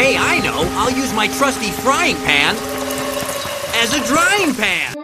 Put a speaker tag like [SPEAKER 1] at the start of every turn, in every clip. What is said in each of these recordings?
[SPEAKER 1] Hey, I know! I'll use my trusty frying pan as a drying pan!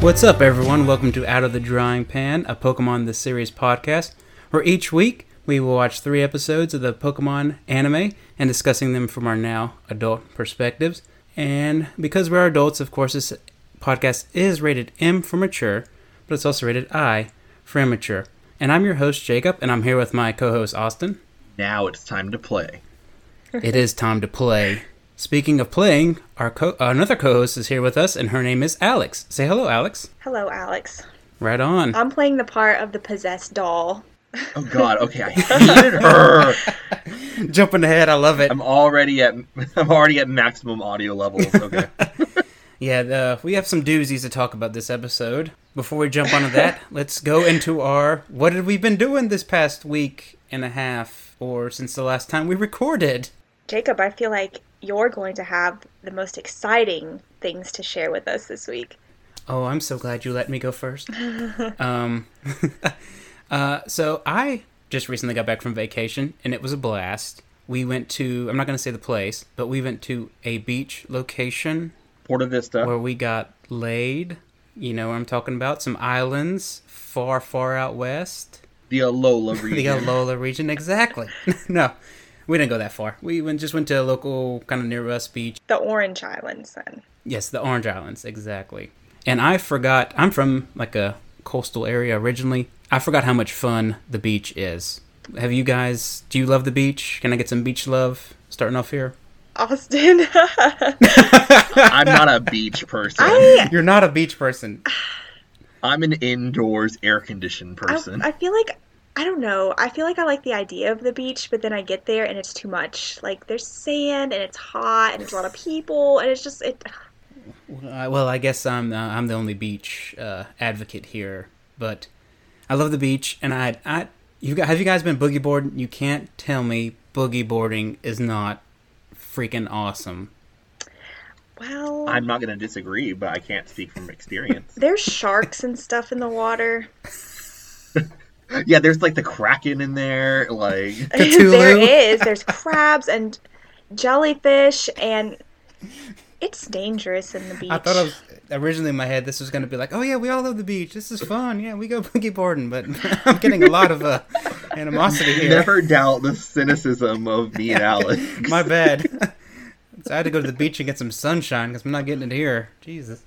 [SPEAKER 2] What's up, everyone? Welcome to Out of the Drying Pan, a Pokemon the Series podcast, where each week we will watch three episodes of the Pokemon anime and discussing them from our now adult perspectives. And because we're adults, of course, this podcast is rated M for mature, but it's also rated I for immature. And I'm your host, Jacob, and I'm here with my co host, Austin.
[SPEAKER 3] Now it's time to play.
[SPEAKER 2] It is time to play. Speaking of playing, our co- another co host is here with us, and her name is Alex. Say hello, Alex.
[SPEAKER 4] Hello, Alex.
[SPEAKER 2] Right on.
[SPEAKER 4] I'm playing the part of the possessed doll.
[SPEAKER 3] Oh God, okay, I hated her.
[SPEAKER 2] Jumping ahead, I love it.
[SPEAKER 3] I'm already at I'm already at maximum audio levels. Okay,
[SPEAKER 2] Yeah, the, we have some doozies to talk about this episode. Before we jump onto that, let's go into our what have we been doing this past week and a half, or since the last time we recorded.
[SPEAKER 4] Jacob, I feel like you're going to have the most exciting things to share with us this week.
[SPEAKER 2] Oh, I'm so glad you let me go first. um, uh, so I just recently got back from vacation, and it was a blast. We went to I'm not going to say the place, but we went to a beach location
[SPEAKER 3] Porta Vista.
[SPEAKER 2] where we got laid. You know what I'm talking about? Some islands far, far out west.
[SPEAKER 3] the Alola
[SPEAKER 2] the
[SPEAKER 3] region.
[SPEAKER 2] Alola region, exactly. no, we didn't go that far. We went, just went to a local kind of near us beach.
[SPEAKER 4] The Orange Islands, then.
[SPEAKER 2] Yes, the Orange Islands, exactly. And I forgot. I'm from like a coastal area originally. I forgot how much fun the beach is. Have you guys? Do you love the beach? Can I get some beach love? Starting off here.
[SPEAKER 4] Austin.
[SPEAKER 3] I'm not a beach person.
[SPEAKER 4] I,
[SPEAKER 2] You're not a beach person.
[SPEAKER 3] I'm an indoors air conditioned
[SPEAKER 4] I,
[SPEAKER 3] person.
[SPEAKER 4] I feel like, I don't know, I feel like I like the idea of the beach, but then I get there and it's too much. Like, there's sand and it's hot and there's a lot of people and it's just, it.
[SPEAKER 2] Uh, well, I guess I'm uh, I'm the only beach uh, advocate here, but I love the beach, and I I you guys, have you guys been boogie boarding? You can't tell me boogie boarding is not freaking awesome.
[SPEAKER 4] Well,
[SPEAKER 3] I'm not going to disagree, but I can't speak from experience.
[SPEAKER 4] there's sharks and stuff in the water.
[SPEAKER 3] yeah, there's like the Kraken in there. Like,
[SPEAKER 2] Cthulhu.
[SPEAKER 4] there is. There's crabs and jellyfish, and it's dangerous in the beach.
[SPEAKER 2] I thought I was originally in my head this was going to be like, oh yeah, we all love the beach. This is fun. Yeah, we go boogie boarding, but I'm getting a lot of uh, animosity here.
[SPEAKER 3] never doubt the cynicism of me and Alex.
[SPEAKER 2] My bad. so I had to go to the beach and get some sunshine because I'm not getting it here. Jesus.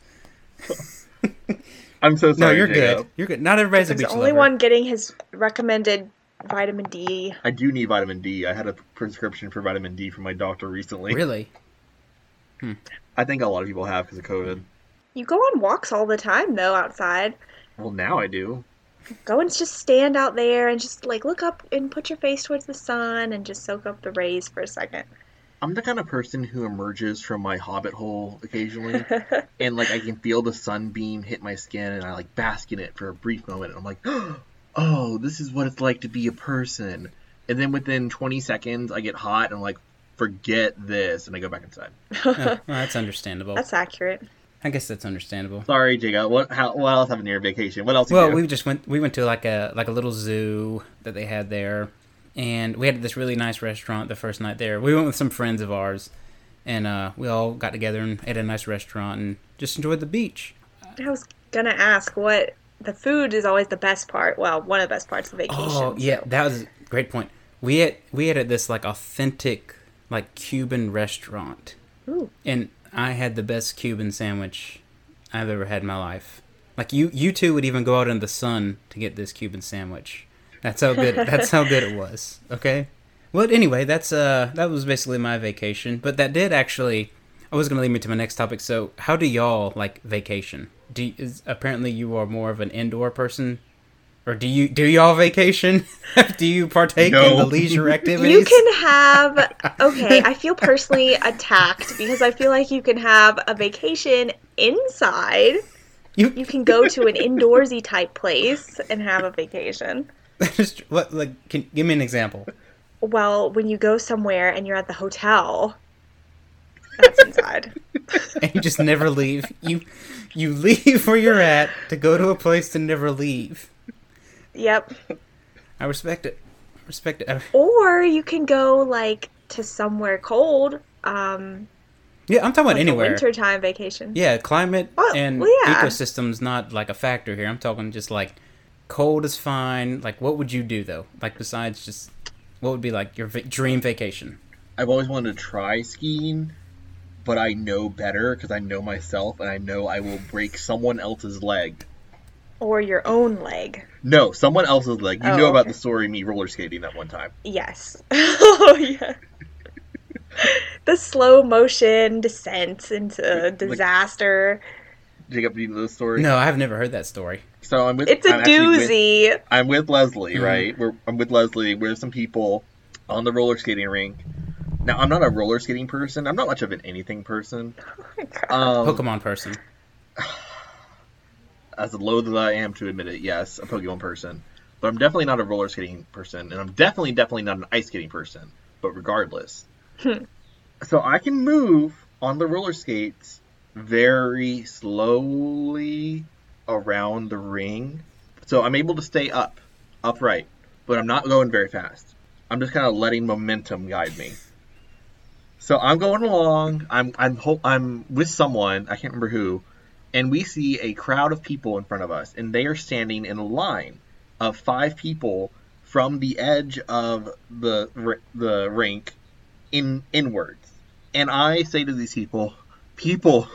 [SPEAKER 3] I'm so
[SPEAKER 2] No,
[SPEAKER 3] sorry.
[SPEAKER 2] you're
[SPEAKER 3] Jacob.
[SPEAKER 2] good. You're good. Not everybody's a
[SPEAKER 4] He's
[SPEAKER 2] beach
[SPEAKER 4] the only
[SPEAKER 2] lover.
[SPEAKER 4] one getting his recommended vitamin D.
[SPEAKER 3] I do need vitamin D. I had a prescription for vitamin D from my doctor recently.
[SPEAKER 2] Really?
[SPEAKER 3] I think a lot of people have because of COVID.
[SPEAKER 4] You go on walks all the time though outside.
[SPEAKER 3] Well, now I do.
[SPEAKER 4] Go and just stand out there and just like look up and put your face towards the sun and just soak up the rays for a second.
[SPEAKER 3] I'm the kind of person who emerges from my hobbit hole occasionally, and like I can feel the sunbeam hit my skin, and I like bask in it for a brief moment. And I'm like, oh, this is what it's like to be a person. And then within 20 seconds, I get hot, and I'm like, forget this, and I go back inside.
[SPEAKER 2] Oh, well, that's understandable.
[SPEAKER 4] That's accurate.
[SPEAKER 2] I guess that's understandable.
[SPEAKER 3] Sorry, Jacob. What? How? What else happened to your vacation? What else? Did
[SPEAKER 2] Well,
[SPEAKER 3] you do?
[SPEAKER 2] we just went. We went to like a like a little zoo that they had there, and we had this really nice restaurant the first night there. We went with some friends of ours, and uh, we all got together and ate at a nice restaurant and just enjoyed the beach.
[SPEAKER 4] I was gonna ask what the food is always the best part. Well, one of the best parts of vacation.
[SPEAKER 2] Oh yeah, that was a great point. We had we had at this like authentic like Cuban restaurant,
[SPEAKER 4] Ooh.
[SPEAKER 2] and I had the best Cuban sandwich I've ever had in my life. Like you, you two would even go out in the sun to get this Cuban sandwich. That's how good. that's how good it was. Okay. Well, anyway, that's uh that was basically my vacation, but that did actually. I was gonna lead me to my next topic. So, how do y'all like vacation? Do you- is apparently you are more of an indoor person or do you do y'all vacation? do you partake in
[SPEAKER 3] No.
[SPEAKER 2] the leisure activities?
[SPEAKER 4] You can have okay. I feel personally attacked because I feel like you can have a vacation inside.
[SPEAKER 2] You-
[SPEAKER 4] You can go to an indoorsy type place and have a vacation.
[SPEAKER 2] Just what, like, can, give me an example.
[SPEAKER 4] Well, when you go somewhere and you're at the hotel, that's inside.
[SPEAKER 2] And you just never leave. You you leave where you're at to go to a place to never leave.
[SPEAKER 4] yep.
[SPEAKER 2] I respect it. I respect it. I-
[SPEAKER 4] Or you can go like to somewhere cold. Um,
[SPEAKER 2] yeah, I'm talking about
[SPEAKER 4] like a
[SPEAKER 2] anywhere.
[SPEAKER 4] wintertime vacation.
[SPEAKER 2] Yeah, climate
[SPEAKER 4] Oh,
[SPEAKER 2] and
[SPEAKER 4] well, yeah.
[SPEAKER 2] ecosystems not like a factor here. I'm talking just like cold is fine. Like, what would you do though? Like, besides just what would be like your va- dream vacation?
[SPEAKER 3] I've always wanted to try skiing, but I know better because I know myself and I know I will break someone else's leg.
[SPEAKER 4] Or your own leg.
[SPEAKER 3] No, someone else's leg. You
[SPEAKER 4] Oh,
[SPEAKER 3] know about
[SPEAKER 4] okay.
[SPEAKER 3] the story of me roller skating that one time.
[SPEAKER 4] Yes. oh yeah. the slow motion descent into disaster.
[SPEAKER 3] Jacob, do you know the story?
[SPEAKER 2] No, I've never heard that story.
[SPEAKER 3] So I'm with.
[SPEAKER 4] it's a
[SPEAKER 3] I'm actually with-
[SPEAKER 4] doozy.
[SPEAKER 3] I'm with Leslie,
[SPEAKER 2] Mhm.
[SPEAKER 3] right? We're, I'm with Leslie. We're some people on the roller skating rink. Now, I'm not a roller skating person. I'm not much of an anything person.
[SPEAKER 4] Oh my God.
[SPEAKER 3] Um,
[SPEAKER 2] Pokemon person.
[SPEAKER 3] As loath as I am to admit it, yes, a Pokemon person. But I'm definitely not a roller skating person, and I'm definitely, definitely not an ice skating person. But regardless, so I can move on the roller skates very slowly around the ring. So I'm able to stay up, upright, but I'm not going very fast. I'm just kind of letting momentum guide me. So I'm going along. I'm I'm ho- I'm with someone I can't remember who, and we see a crowd of people in front of us, and they are standing in a line of five people from the edge of the r- the rink in inwards. And I say to these people, people,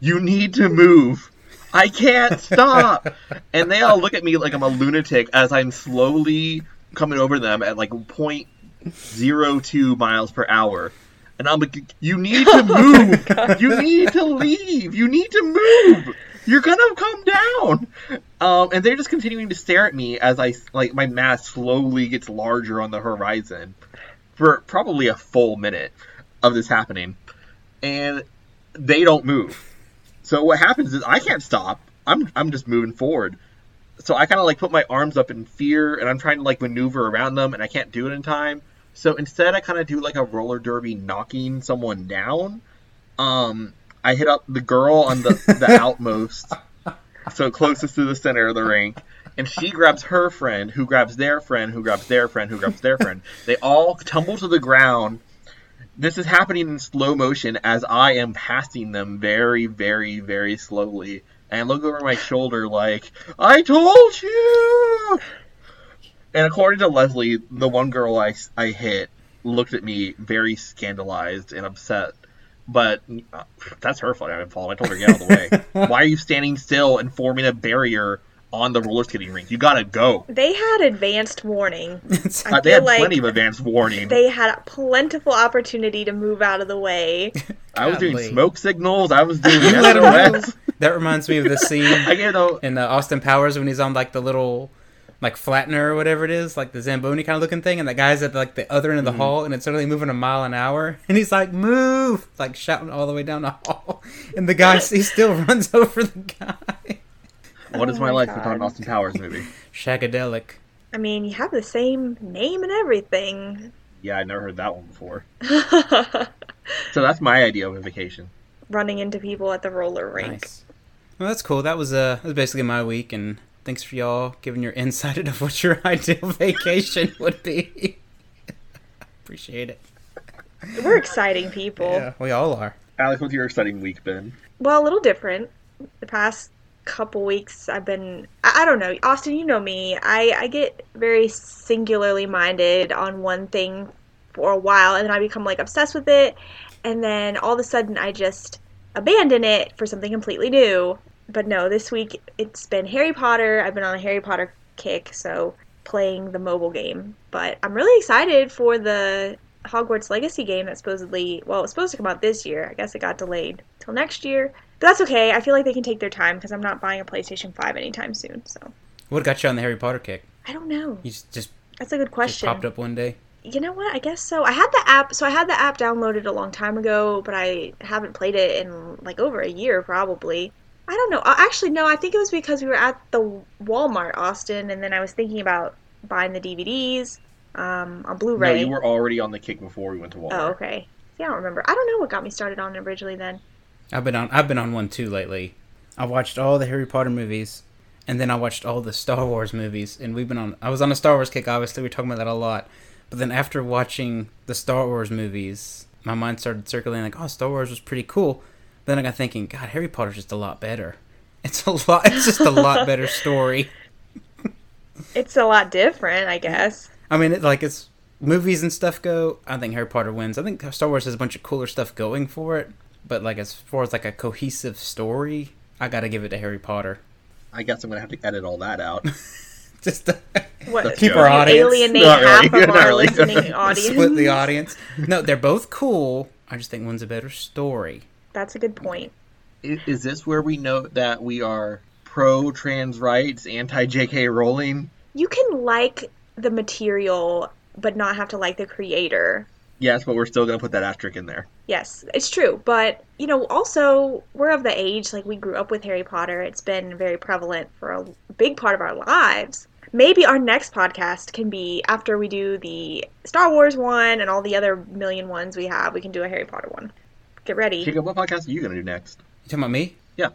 [SPEAKER 3] you need to move. I can't stop. and they all look at me like I'm a lunatic as I'm slowly coming over them at like 0.02 miles per hour. And I'm like, you need to move. you need to leave. You need to move. You're gonna come down. Um, and they're just continuing to stare at me as I like my mass slowly gets larger on the horizon for probably a full minute of this happening, and they don't move. So what happens is I can't stop. I'm I'm just moving forward. So I kind of like put my arms up in fear, and I'm trying to like maneuver around them, and I can't do it in time. So instead, I kind of do like a roller derby, knocking someone down. Um, I hit up the girl on the the outmost, so closest to the center of the rink, and she grabs her friend, who grabs their friend, who grabs their friend, who grabs their friend. They all tumble to the ground. This is happening in slow motion as I am passing them very, very, very slowly. And I look over my shoulder like, I told you! And according to Leslie, the one girl I, I hit looked at me very scandalized and upset. But uh, that's her fucking fault. I told her, get out of the way. Why are you standing still and forming a barrier on the roller skating rink? You gotta go.
[SPEAKER 4] They had advanced warning.
[SPEAKER 2] It's-
[SPEAKER 4] I
[SPEAKER 3] Uh, they
[SPEAKER 4] feel
[SPEAKER 3] had
[SPEAKER 4] like
[SPEAKER 3] plenty of advance warning.
[SPEAKER 4] they had a plentiful opportunity to move out of the way.
[SPEAKER 3] I was doing
[SPEAKER 2] Golly.
[SPEAKER 3] smoke signals. I was doing
[SPEAKER 2] let 'em
[SPEAKER 3] SOS.
[SPEAKER 2] that reminds me of the
[SPEAKER 3] I
[SPEAKER 2] scene
[SPEAKER 3] gave them.
[SPEAKER 2] in uh, Austin Powers when he's on like the little like flattener or whatever it is, like the Zamboni kind of looking thing, and the guy's at like the other end of the hall, and it's suddenly moving a mile an hour, and he's like, "Move!" like shouting all the way down the hall, and the guy he still runs over the guy.
[SPEAKER 3] What is
[SPEAKER 4] Oh
[SPEAKER 3] my
[SPEAKER 4] my
[SPEAKER 3] life without an
[SPEAKER 4] God.
[SPEAKER 3] Austin Powers movie?
[SPEAKER 2] Shagadelic.
[SPEAKER 4] I mean, you have the same name and everything.
[SPEAKER 3] Yeah, I never heard that one before. So that's my idea of a vacation.
[SPEAKER 4] Running into people at the roller rink.
[SPEAKER 2] Nice. Well, that's cool. That was uh, that was basically my week, and thanks for y'all giving your insight into what your ideal vacation would be. Appreciate it.
[SPEAKER 4] We're exciting people.
[SPEAKER 2] we all are.
[SPEAKER 3] Alex, what's your exciting week been?
[SPEAKER 4] Well, a little different. The past couple weeks, I've been, I, I don't know, Austin, you know me. I, I get very singularly minded on one thing for a while, and then I become like obsessed with it, and then all of a sudden I just abandon it for something completely new. But no, this week it's been Harry Potter. I've been on a Harry Potter kick, so playing the mobile game. But I'm really excited for the Hogwarts Legacy game that supposedly, well, it was supposed to come out this year. I guess it got delayed till next year. But that's okay. I feel like they can take their time because I'm not buying a PlayStation 5 anytime soon. So
[SPEAKER 2] What got you on the Harry Potter kick?
[SPEAKER 4] I don't know.
[SPEAKER 2] You just just,
[SPEAKER 4] That's a good
[SPEAKER 2] just
[SPEAKER 4] question.
[SPEAKER 2] popped up one day.
[SPEAKER 4] You know what? I guess so. I had the app, so I had the app downloaded a long time ago, but I haven't played it in like over a year probably. I don't know. Uh, Actually, no, I think it was because we were at the Walmart Austin and then I was thinking about buying the DVDs um, on
[SPEAKER 3] No,
[SPEAKER 4] Blu-ray.
[SPEAKER 3] you were already on the kick before we went to Walmart.
[SPEAKER 4] Oh, okay. See, I don't remember. I don't know what got me started on it originally. Then
[SPEAKER 2] I've been on I've been on one too lately. I watched all the Harry Potter movies and then I watched all the Star Wars movies and we've been on I was on a Star Wars kick obviously we are talking about that a lot. But then after watching the Star Wars movies, my mind started circling like, "Oh, Star Wars was pretty cool." Then I got thinking, "God, Harry Potter's just a lot better." It's a lot it's just a lot better story.
[SPEAKER 4] it's a lot different, I guess.
[SPEAKER 2] I mean, it, like it's movies and stuff go. I think Harry Potter wins. I think Star Wars has a bunch of cooler stuff going for it, but like as far as like a cohesive story, I gotta give it to Harry Potter.
[SPEAKER 3] I guess I'm gonna have to edit all that out.
[SPEAKER 2] Just to
[SPEAKER 4] What
[SPEAKER 3] Keep
[SPEAKER 4] you
[SPEAKER 3] our
[SPEAKER 2] audience.
[SPEAKER 4] alienate
[SPEAKER 3] Not really.
[SPEAKER 4] half of
[SPEAKER 3] Not
[SPEAKER 4] our
[SPEAKER 3] really.
[SPEAKER 4] listening audience.
[SPEAKER 2] split the audience. No, they're both cool. I just think one's a better story.
[SPEAKER 4] That's a good point.
[SPEAKER 3] I- Is this where we note that we are pro trans rights, anti JK Rowling?
[SPEAKER 4] You can like the material, but not have to like the creator.
[SPEAKER 3] Yes, but we're still gonna put that asterisk in there.
[SPEAKER 4] Yes, it's true. But, you know, also, we're of the age, like, we grew up with Harry Potter. It's been very prevalent for a big part of our lives. Maybe our next podcast can be after we do the Star Wars one and all the other million ones we have, we can do a Harry Potter one. Get ready.
[SPEAKER 3] Jacob, what podcast are you gonna do next?
[SPEAKER 2] You talking about me?
[SPEAKER 3] Yeah.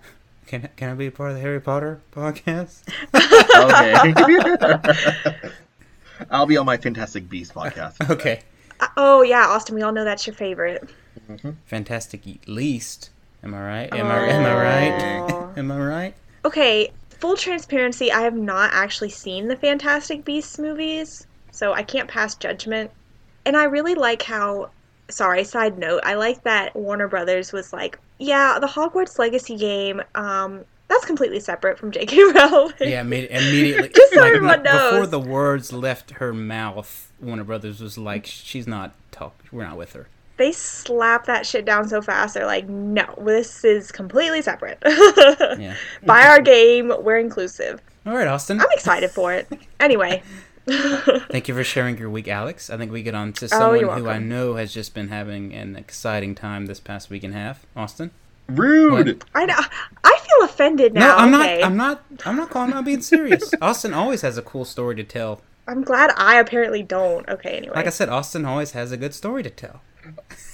[SPEAKER 2] Can can I be a part of the Harry Potter podcast?
[SPEAKER 3] Okay. I'll be on my Fantastic Beast podcast.
[SPEAKER 2] Okay.
[SPEAKER 4] Uh, Oh, yeah, Austin, we all know that's your favorite.
[SPEAKER 2] Fantastic least. Am I right? Am I am I
[SPEAKER 4] Aw.
[SPEAKER 2] right? am I right?
[SPEAKER 4] Okay, full transparency, I have not actually seen the Fantastic Beasts movies, so I can't pass judgment. And I really like how, sorry, side note, I like that Warner Brothers was like, yeah, the Hogwarts Legacy game, um, that's completely separate from J.K. Rowling.
[SPEAKER 2] Yeah, imme- immediately.
[SPEAKER 4] Just so
[SPEAKER 2] like,
[SPEAKER 4] everyone
[SPEAKER 2] no- Before
[SPEAKER 4] knows.
[SPEAKER 2] the words left her mouth, Warner Brothers was like, "She's not talk. We're not with her."
[SPEAKER 4] They slap that shit down so fast, they're like, no, this is completely separate.
[SPEAKER 2] Yeah.
[SPEAKER 4] Buy our game, we're inclusive.
[SPEAKER 2] All right, Austin.
[SPEAKER 4] I'm excited for it. Anyway.
[SPEAKER 2] Thank you for sharing your week, Alex. I think we get on to
[SPEAKER 4] Oh,
[SPEAKER 2] someone
[SPEAKER 4] you're
[SPEAKER 2] who I
[SPEAKER 4] welcome.
[SPEAKER 2] know has just been having an exciting time this past week and a half. Austin.
[SPEAKER 3] Rude.
[SPEAKER 4] I know. I feel offended
[SPEAKER 2] No,
[SPEAKER 4] now.
[SPEAKER 2] I'm not.
[SPEAKER 4] okay.
[SPEAKER 2] I'm not. I'm not calling. I'm being serious. Austin always has a cool story to tell.
[SPEAKER 4] I'm glad I apparently don't. Okay, anyway.
[SPEAKER 2] Like I said, Austin always has a good story to tell.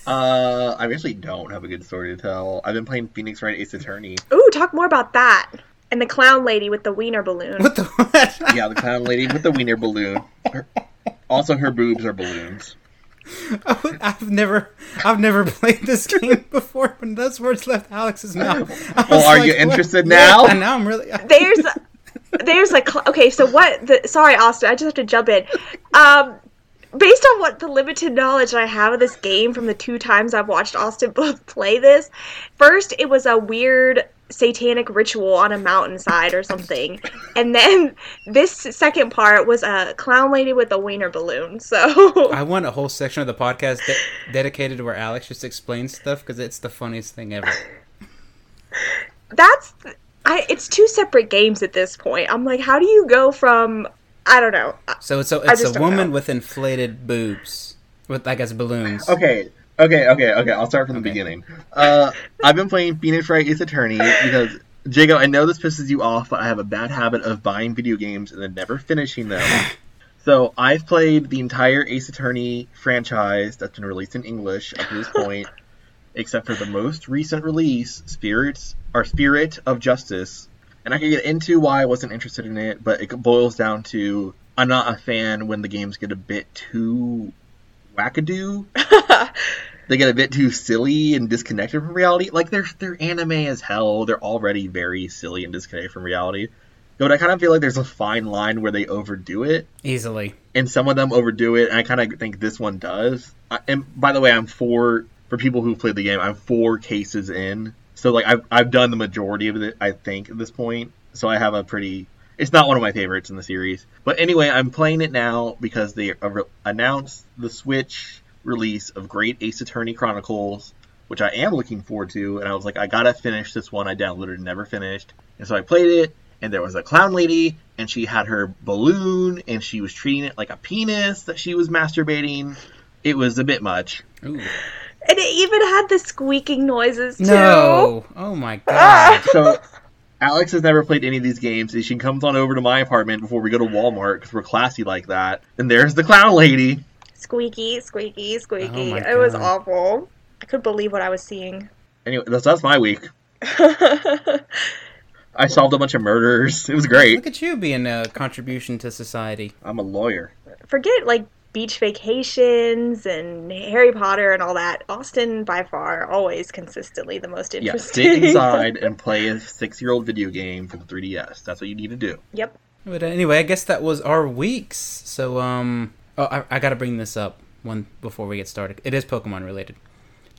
[SPEAKER 3] Uh, I actually don't have a good story to tell. I've been playing Phoenix Wright Ace Attorney.
[SPEAKER 4] Ooh, talk more about that. And the clown lady with the wiener balloon.
[SPEAKER 2] What the? What?
[SPEAKER 3] Yeah, the clown lady with the wiener balloon. Her- also, her boobs are balloons.
[SPEAKER 2] I've never, I've never played this game before. When those words left Alex's mouth, I
[SPEAKER 3] Well,
[SPEAKER 2] was
[SPEAKER 3] are you
[SPEAKER 2] what?
[SPEAKER 3] interested
[SPEAKER 2] Yeah,
[SPEAKER 3] now?
[SPEAKER 2] and now I'm really. I,
[SPEAKER 4] There's there's a cl- Okay, so what the Sorry, Austin, I just have to jump in. Um based on what the limited knowledge I have of this game from the two times I've watched Austin both play this, first it was a weird satanic ritual on a mountainside or something. And then this second part was a clown lady with a wiener balloon. So
[SPEAKER 2] I want a whole section of the podcast de- dedicated to where Alex just explains stuff because it's the funniest thing ever.
[SPEAKER 4] that's I it's two separate games at this point. I'm like, how do you go from I don't know.
[SPEAKER 2] So it's a, it's
[SPEAKER 4] just
[SPEAKER 2] a
[SPEAKER 4] don't
[SPEAKER 2] woman
[SPEAKER 4] know.
[SPEAKER 2] with inflated boobs, with I guess balloons.
[SPEAKER 3] Okay, okay, okay, okay. I'll start from the beginning. Uh, I've been playing Phoenix Wright Ace Attorney because Jago, I know this pisses you off, but I have a bad habit of buying video games and then never finishing them. So I've played the entire Ace Attorney franchise that's been released in English up to this point, except for the most recent release, Spirits or Spirit of Justice. And I can get into why I wasn't interested in it, but it boils down to I'm not a fan when the games get a bit too wackadoo. they get a bit too silly and disconnected from reality. Like they're they're anime as hell. They're already very silly and disconnected from reality. But I kind of feel like there's a fine line where they overdo it,
[SPEAKER 2] Easily.
[SPEAKER 3] and some of them overdo it, and I kind of think this one does. I, and by the way, I'm four for people who played the game. I'm four cases in, so like I've I've done the majority of it, I think, at this point. So I have a pretty. It's not one of my favorites in the series, but anyway, I'm playing it now because they ar- announced the Switch release of Great Ace Attorney Chronicles, which I am looking forward to. And I was like, I gotta finish this one. I downloaded and never finished, and so I played it. And there was a clown lady, and she had her balloon, and she was treating it like a penis that she was masturbating. It was a bit much.
[SPEAKER 2] Ooh.
[SPEAKER 4] And it even had the squeaking noises too. Ah!
[SPEAKER 2] No. Oh my god.
[SPEAKER 3] so Alex has never played any of these games, and she comes on over to my apartment before we go to Walmart because we're classy like that. And there's the clown lady.
[SPEAKER 4] Squeaky, squeaky, squeaky.
[SPEAKER 2] my
[SPEAKER 4] it was
[SPEAKER 2] God.
[SPEAKER 4] awful. I couldn't believe what I was seeing.
[SPEAKER 3] Anyway, that's, that's my week. I solved a bunch of murders. It was great.
[SPEAKER 2] Look at you being a contribution to society.
[SPEAKER 3] I'm a lawyer.
[SPEAKER 4] Forget like beach vacations and Harry Potter and all that. Austin, by far, always consistently the most
[SPEAKER 3] Yeah,
[SPEAKER 4] interesting.
[SPEAKER 3] sit inside and play a six year old video game for the 3DS. That's what you need to do.
[SPEAKER 4] yep.
[SPEAKER 2] But uh, anyway, I guess that was our weeks. So um, oh, I, I gotta bring this up one before we get started. It is Pokemon related.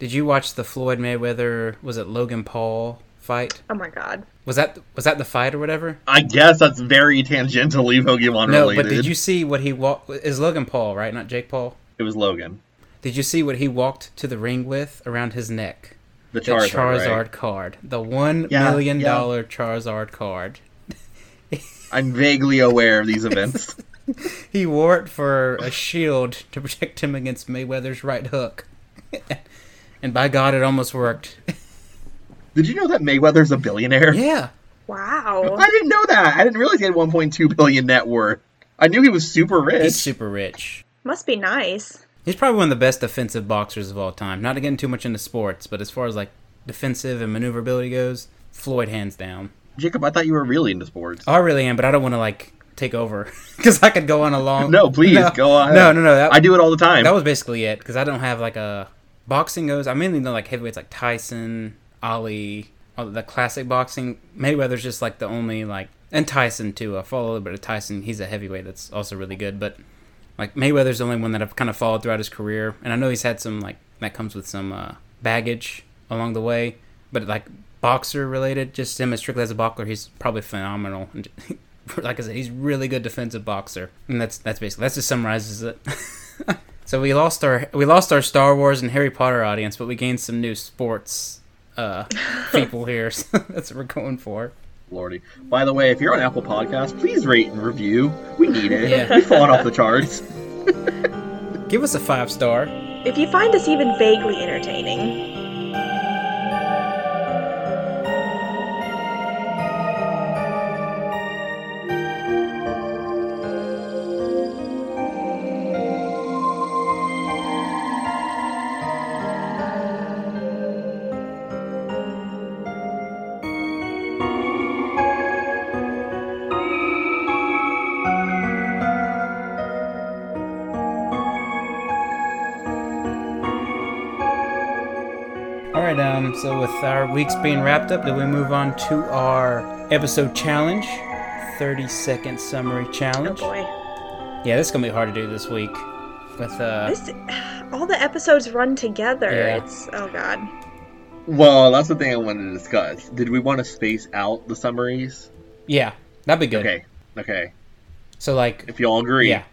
[SPEAKER 2] Did you watch the Floyd Mayweather? Was it Logan Paul fight?
[SPEAKER 4] Oh my god.
[SPEAKER 2] Was that was that the fight or whatever?
[SPEAKER 3] I guess that's very tangentially Pokemon
[SPEAKER 2] Mm. No,
[SPEAKER 3] related.
[SPEAKER 2] but did you see what he walked? Is Logan Paul right? Not Jake Paul.
[SPEAKER 3] It was Logan.
[SPEAKER 2] Did you see what he walked to the ring with around his neck?
[SPEAKER 3] The
[SPEAKER 2] The
[SPEAKER 3] Charizard.
[SPEAKER 2] Charizard,
[SPEAKER 3] right?
[SPEAKER 2] card, the one million
[SPEAKER 3] Yeah,
[SPEAKER 2] dollar
[SPEAKER 3] yeah.
[SPEAKER 2] Charizard card.
[SPEAKER 3] I'm vaguely aware of these events.
[SPEAKER 2] He wore it for a shield to protect him against Mayweather's right hook. and by God, it almost worked.
[SPEAKER 3] did you know that Mayweather's a billionaire?
[SPEAKER 2] yeah.
[SPEAKER 4] Wow.
[SPEAKER 3] I didn't know that. I didn't realize he had 1.2 billion net worth. I knew he was super rich.
[SPEAKER 2] He's super rich.
[SPEAKER 4] Must be nice.
[SPEAKER 2] He's probably one of the best defensive boxers of all time. Not getting too much into sports, but as far as like defensive and maneuverability goes, Floyd hands down.
[SPEAKER 3] Jacob, I thought you were really into sports.
[SPEAKER 2] I really am, but I don't want to like take over because I could go on a long.
[SPEAKER 3] No, please go on.
[SPEAKER 2] No, no, no. That,
[SPEAKER 3] I do it all the time.
[SPEAKER 2] that was basically it because I don't have like a boxing goes. I mainly know like heavyweights like Tyson, Ali, all the classic boxing. Mayweather's just like the only like, and Tyson too. I follow a little bit of Tyson. He's a heavyweight that's also really good, but like Mayweather's the only one that I've kind of followed throughout his career, and I know he's had some like that comes with some uh, baggage along the way, but like boxer related, just him as strictly as a boxer, he's probably phenomenal. And like I said, he's really good defensive boxer, and that's that's basically that just summarizes it. so we lost our we lost our Star Wars and Harry Potter audience, but we gained some new sports uh, people here. So that's what we're going for.
[SPEAKER 3] Lordy. By the way, if you're on Apple Podcasts, please rate and review. We need it.
[SPEAKER 2] Yeah.
[SPEAKER 3] We've fallen off the charts.
[SPEAKER 2] Give us a five star.
[SPEAKER 4] If you find us even vaguely entertaining,
[SPEAKER 2] All right, um, so with our weeks being wrapped up, do we move on to our episode challenge? 30 second summary
[SPEAKER 4] oh
[SPEAKER 2] challenge.
[SPEAKER 4] boy.
[SPEAKER 2] yeah, this is going to be hard to do this week. With, uh,
[SPEAKER 4] This all the episodes run together.
[SPEAKER 2] Yeah.
[SPEAKER 4] It's oh god.
[SPEAKER 3] Well, that's the thing I wanted to discuss. Did we want to space out the summaries?
[SPEAKER 2] yeah, that'd be good.
[SPEAKER 3] Okay. Okay.
[SPEAKER 2] So, like,
[SPEAKER 3] If y'all agree.
[SPEAKER 2] yeah,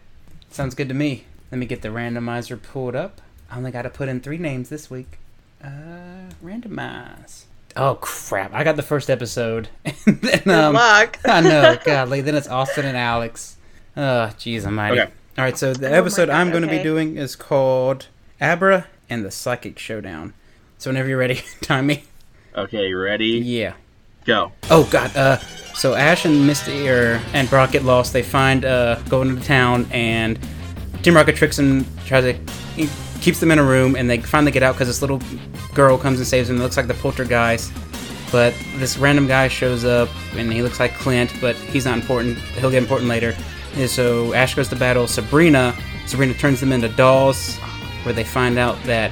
[SPEAKER 2] sounds good to me. Let me get the randomizer pulled up. I only got to put in three names this week. Uh, randomize. Oh, crap. I got the first episode. and then,
[SPEAKER 4] Good
[SPEAKER 2] um,
[SPEAKER 4] luck.
[SPEAKER 2] I know, golly. Then it's Austin and Alex. Oh, jeez, I'm
[SPEAKER 3] Okay.
[SPEAKER 2] All right, so the
[SPEAKER 4] Oh my
[SPEAKER 2] episode I'm
[SPEAKER 4] God,
[SPEAKER 2] going to be
[SPEAKER 4] okay.
[SPEAKER 2] doing is called Abra and the Psychic Showdown. So whenever you're ready, time me.
[SPEAKER 3] Okay, ready?
[SPEAKER 2] Yeah.
[SPEAKER 3] Go.
[SPEAKER 2] Oh God. Uh. So Ash and Misty are, and Brock get lost. They find uh going into town, and Team Rocket tricks them, tries to he keeps them in a room, and they finally get out because this little girl comes and saves them. It looks like the poltergeist, but this random guy shows up, and he looks like Clint, but he's not important. He'll get important later. And so Ash goes to battle Sabrina. Sabrina turns them into dolls, where they find out that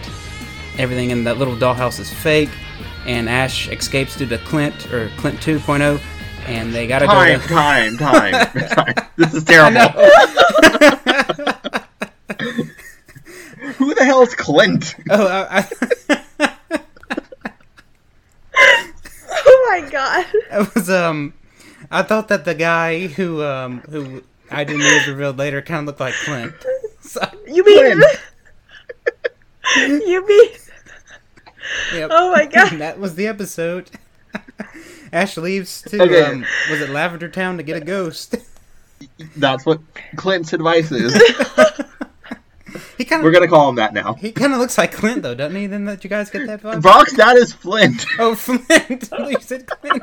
[SPEAKER 2] everything in that little dollhouse is fake, and Ash escapes due to Clint or Clint 2.0, and they gotta
[SPEAKER 3] Time,
[SPEAKER 2] go. To-
[SPEAKER 3] time, time, time. This is terrible. Who the hell is Clint?
[SPEAKER 2] oh, I, I,
[SPEAKER 4] Oh my god.
[SPEAKER 2] I was um, I thought that the guy who um who I didn't was revealed later kind of looked like Clint. So,
[SPEAKER 4] You mean you mean
[SPEAKER 2] yep.
[SPEAKER 4] Oh my god.
[SPEAKER 2] that was the episode. Ash leaves to
[SPEAKER 3] Okay.
[SPEAKER 2] um, was it Lavender Town to get a ghost.
[SPEAKER 3] That's what Clint's advice is.
[SPEAKER 2] he kind
[SPEAKER 3] We're
[SPEAKER 2] of
[SPEAKER 3] gonna call him that now.
[SPEAKER 2] he kind of looks like Clint though, doesn't he? Then that you guys get that vibe.
[SPEAKER 3] Brock's dad is Flint.
[SPEAKER 2] Oh, Flint! you said Clint.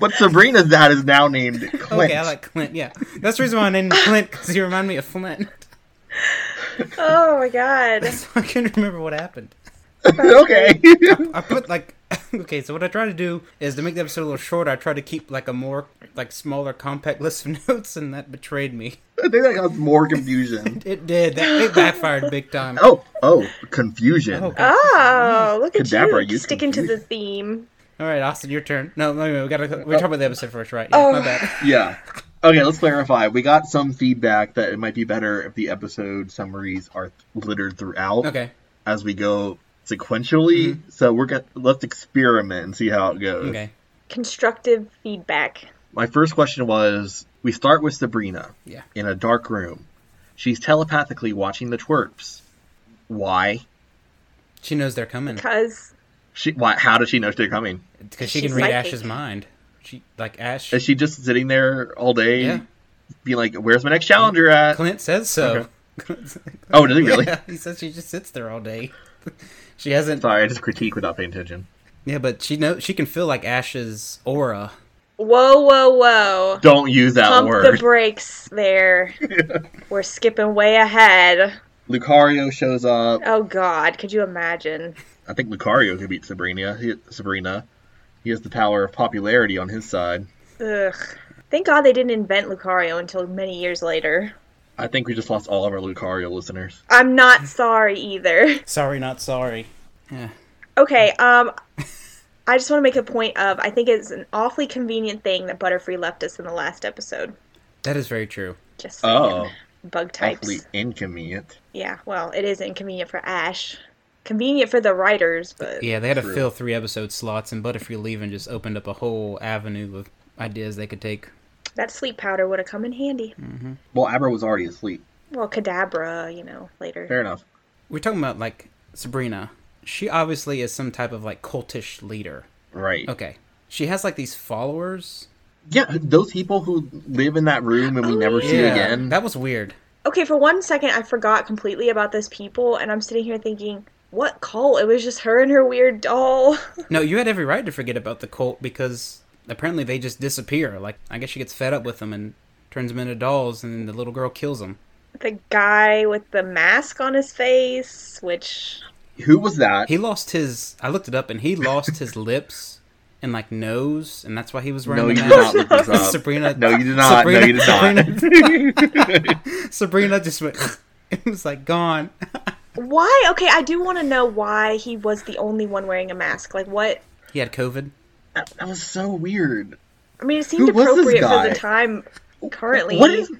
[SPEAKER 3] but Sabrina, that is now named Clint.
[SPEAKER 2] Okay, I like Clint. Yeah, that's the reason why I named him Clint because he reminded me of Flint.
[SPEAKER 4] Oh my god.
[SPEAKER 2] So I couldn't remember what happened.
[SPEAKER 3] okay.
[SPEAKER 2] I put like okay, so what I try to do is to make the episode a little shorter. I try to keep like a more like smaller, compact list of notes, and that betrayed me.
[SPEAKER 3] I think that caused more confusion.
[SPEAKER 2] It did. That it backfired big time.
[SPEAKER 3] Oh, oh, confusion.
[SPEAKER 2] Oh, God.
[SPEAKER 4] Oh, look at
[SPEAKER 3] Kadabra,
[SPEAKER 4] you
[SPEAKER 3] you
[SPEAKER 4] sticking to the
[SPEAKER 3] confused.
[SPEAKER 4] theme.
[SPEAKER 2] All right, Austin, your turn. No, no, no, we gotta. We're talking about the episode first, right? Yeah,
[SPEAKER 4] Oh.
[SPEAKER 2] My bad.
[SPEAKER 3] Yeah. Okay, let's clarify. We got some feedback that it might be better if the episode summaries are littered throughout
[SPEAKER 2] Okay. Mm-hmm.
[SPEAKER 3] as we go sequentially. So we're going let's experiment and see how it goes.
[SPEAKER 2] Okay.
[SPEAKER 4] Constructive feedback.
[SPEAKER 3] My first question was we start with Sabrina
[SPEAKER 2] Yeah.
[SPEAKER 3] in a dark room. She's telepathically watching the twerps. Why?
[SPEAKER 2] She knows they're coming
[SPEAKER 4] Because
[SPEAKER 3] She why how does she know they're coming?
[SPEAKER 2] because she
[SPEAKER 4] She's
[SPEAKER 2] can read
[SPEAKER 4] psychic.
[SPEAKER 2] Ash's mind. She like Ash.
[SPEAKER 3] Is she just sitting there all day
[SPEAKER 2] Yeah.
[SPEAKER 3] being like, Where's my next challenger at?
[SPEAKER 2] Clint says so.
[SPEAKER 3] Oh, does he really?
[SPEAKER 2] Yeah, he says she just sits there all day. she hasn't.
[SPEAKER 3] Sorry, I just critique without paying attention.
[SPEAKER 2] Yeah, but she knows she can feel like Ash's aura.
[SPEAKER 4] whoa, whoa, whoa.
[SPEAKER 3] Don't use that
[SPEAKER 4] Pump the
[SPEAKER 3] word.
[SPEAKER 4] brakes there. We're skipping way ahead.
[SPEAKER 3] Lucario shows up.
[SPEAKER 4] Oh god, could you imagine?
[SPEAKER 3] I think Lucario could beat Sabrina. He, Sabrina, he has the power of popularity on his side.
[SPEAKER 4] Ugh. Thank god they didn't invent Lucario until many years later.
[SPEAKER 3] I think we just lost all of our Lucario listeners.
[SPEAKER 4] I'm not sorry either.
[SPEAKER 2] Sorry, not sorry. Yeah.
[SPEAKER 4] Okay, um I just want to make a point of I think it's an awfully convenient thing that Butterfree left us in the last episode.
[SPEAKER 2] That is very true.
[SPEAKER 4] Just saying.
[SPEAKER 3] Oh,
[SPEAKER 4] bug types.
[SPEAKER 3] awfully inconvenient.
[SPEAKER 4] Yeah, well, it is inconvenient for Ash. Convenient for the writers, but
[SPEAKER 2] Yeah, they had to
[SPEAKER 3] True.
[SPEAKER 2] fill three episode slots, and Butterfree leaving just opened up a whole avenue of ideas they could take.
[SPEAKER 4] that sleep powder would have come in handy.
[SPEAKER 3] Well, Abra was already asleep.
[SPEAKER 4] Well, Kadabra, you know, later.
[SPEAKER 3] Fair enough.
[SPEAKER 2] We're talking about like Sabrina. She obviously is some type of like cultish leader.
[SPEAKER 3] Right.
[SPEAKER 2] Okay. She has like these followers.
[SPEAKER 3] Yeah, those people who live in that room and we never see again.
[SPEAKER 2] That was weird.
[SPEAKER 4] Okay, for one second, I forgot completely about those people, and I'm sitting here thinking, what cult? It was just her and her weird doll.
[SPEAKER 2] No, you had every right to forget about the cult because apparently they just disappear. Like, I guess she gets fed up with them and turns them into dolls, and then the little girl kills them.
[SPEAKER 4] the guy with the mask on his face, which
[SPEAKER 3] Who was that?
[SPEAKER 2] He lost his. I looked it up, and he lost his lips and like nose, and that's why he was wearing. the
[SPEAKER 3] no, you did
[SPEAKER 2] mask.
[SPEAKER 3] not look this up.
[SPEAKER 2] Sabrina.
[SPEAKER 3] No, you did not.
[SPEAKER 2] Sabrina,
[SPEAKER 3] no, you did not.
[SPEAKER 2] Sabrina, Sabrina just went. it was like gone.
[SPEAKER 4] why? Okay, I do want to know why he was the only one wearing a mask. Like what?
[SPEAKER 2] He had COVID.
[SPEAKER 3] that, that was so weird.
[SPEAKER 4] I mean, it seemed
[SPEAKER 3] Who was this
[SPEAKER 4] appropriate for
[SPEAKER 3] guy?
[SPEAKER 4] the time currently.
[SPEAKER 3] What is?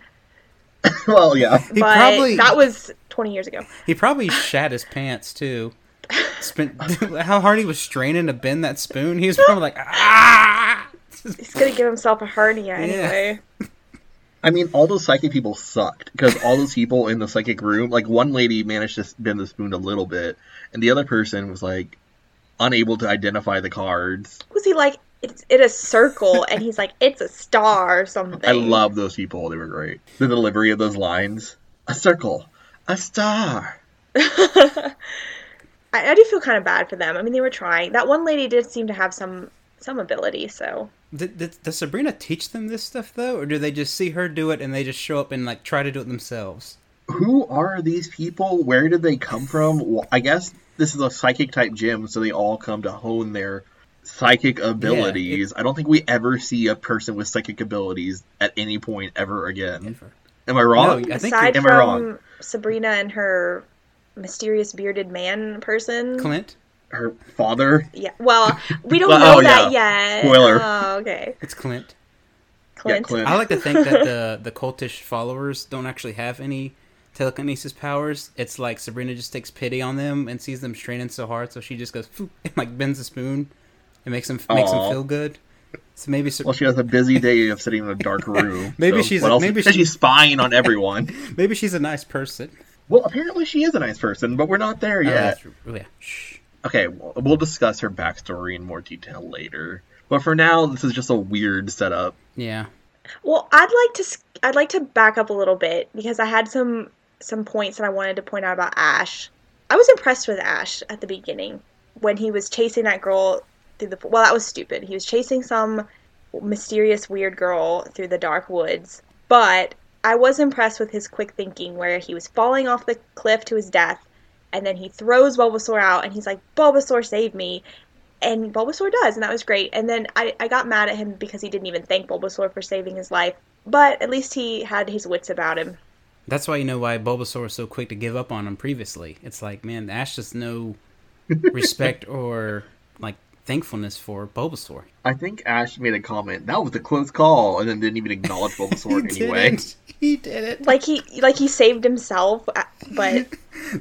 [SPEAKER 3] well, yeah.
[SPEAKER 2] He
[SPEAKER 4] but
[SPEAKER 2] probably
[SPEAKER 4] that was 20 years ago.
[SPEAKER 2] he probably shat his pants too. Spent how hard he was straining to bend that spoon. He was probably like ah.
[SPEAKER 4] He's going to give himself a hernia anyway.
[SPEAKER 3] I mean, all those psychic people sucked because all those people in the psychic room, like one lady managed to bend the spoon a little bit, and the other person was like unable to identify the cards.
[SPEAKER 4] Was he like, it's in a circle and he's like, it's a star or something?
[SPEAKER 3] I love those people; they were great. The delivery of those lines, a circle, a star.
[SPEAKER 4] I, I do feel kind of bad for them. I mean, they were trying. That one lady did seem to have some some ability, so.
[SPEAKER 2] Did, did, does Sabrina teach them this stuff though, or do they just see her do it and they just show up and like try to do it themselves?
[SPEAKER 3] Who are these people? Where did they come from? Wh- I guess this is a psychic type gym, so they all come to hone their psychic abilities. I don't think we ever see a person with psychic abilities at any point ever again. Am I wrong?
[SPEAKER 2] No, I think
[SPEAKER 4] Aside
[SPEAKER 2] you're-
[SPEAKER 3] Am
[SPEAKER 4] from
[SPEAKER 3] I wrong?
[SPEAKER 4] Sabrina and her mysterious bearded man person.
[SPEAKER 2] Clint.
[SPEAKER 3] her father.
[SPEAKER 4] Yeah. Well, we don't
[SPEAKER 3] Well,
[SPEAKER 4] know
[SPEAKER 3] oh,
[SPEAKER 4] that yet.
[SPEAKER 3] Spoiler.
[SPEAKER 4] Oh, okay.
[SPEAKER 2] It's Clint.
[SPEAKER 4] Clint.
[SPEAKER 3] Yeah, Clint.
[SPEAKER 2] I like to think that the the cultish followers don't actually have any telekinesis powers. It's like Sabrina just takes pity on them and sees them straining so hard, so she just goes "Phew," and like bends a spoon and makes them makes them
[SPEAKER 3] Aw.
[SPEAKER 2] feel good. So maybe Sa-
[SPEAKER 3] well, she has a busy day of sitting in a dark room.
[SPEAKER 2] Maybe
[SPEAKER 3] so
[SPEAKER 2] she's-
[SPEAKER 3] what else-
[SPEAKER 2] maybe
[SPEAKER 3] and
[SPEAKER 2] she-
[SPEAKER 3] she's spying on everyone.
[SPEAKER 2] maybe she's a nice person.
[SPEAKER 3] well, apparently she is a nice person, but we're not there
[SPEAKER 2] Oh,
[SPEAKER 3] yet.
[SPEAKER 2] that's- oh, yeah. Shh.
[SPEAKER 3] okay, we'll, we'll discuss her backstory in more detail later. But for now, this is just a weird setup.
[SPEAKER 2] Yeah.
[SPEAKER 4] Well, I'd like to s- I'd like to back up a little bit because I had some some points that I wanted to point out about Ash. I was impressed with Ash at the beginning when he was chasing that girl through the well, that was stupid. He was chasing some mysterious weird girl through the dark woods, but I was impressed with his quick thinking where he was falling off the cliff to his death and then he throws Bulbasaur out and he's like, Bulbasaur, save me. And Bulbasaur does, and that was great. And then I, I got mad at him because he didn't even thank Bulbasaur for saving his life, but at least he had his wits about him.
[SPEAKER 2] That's why you know why Bulbasaur was so quick to give up on him previously. It's like, man, Ash has no respect or like thankfulness for Bulbasaur.
[SPEAKER 3] I think Ash made a comment that was a close call, and then didn't even acknowledge Bulbasaur anyway.
[SPEAKER 2] it. He did it.
[SPEAKER 4] Like he like he saved himself, uh, but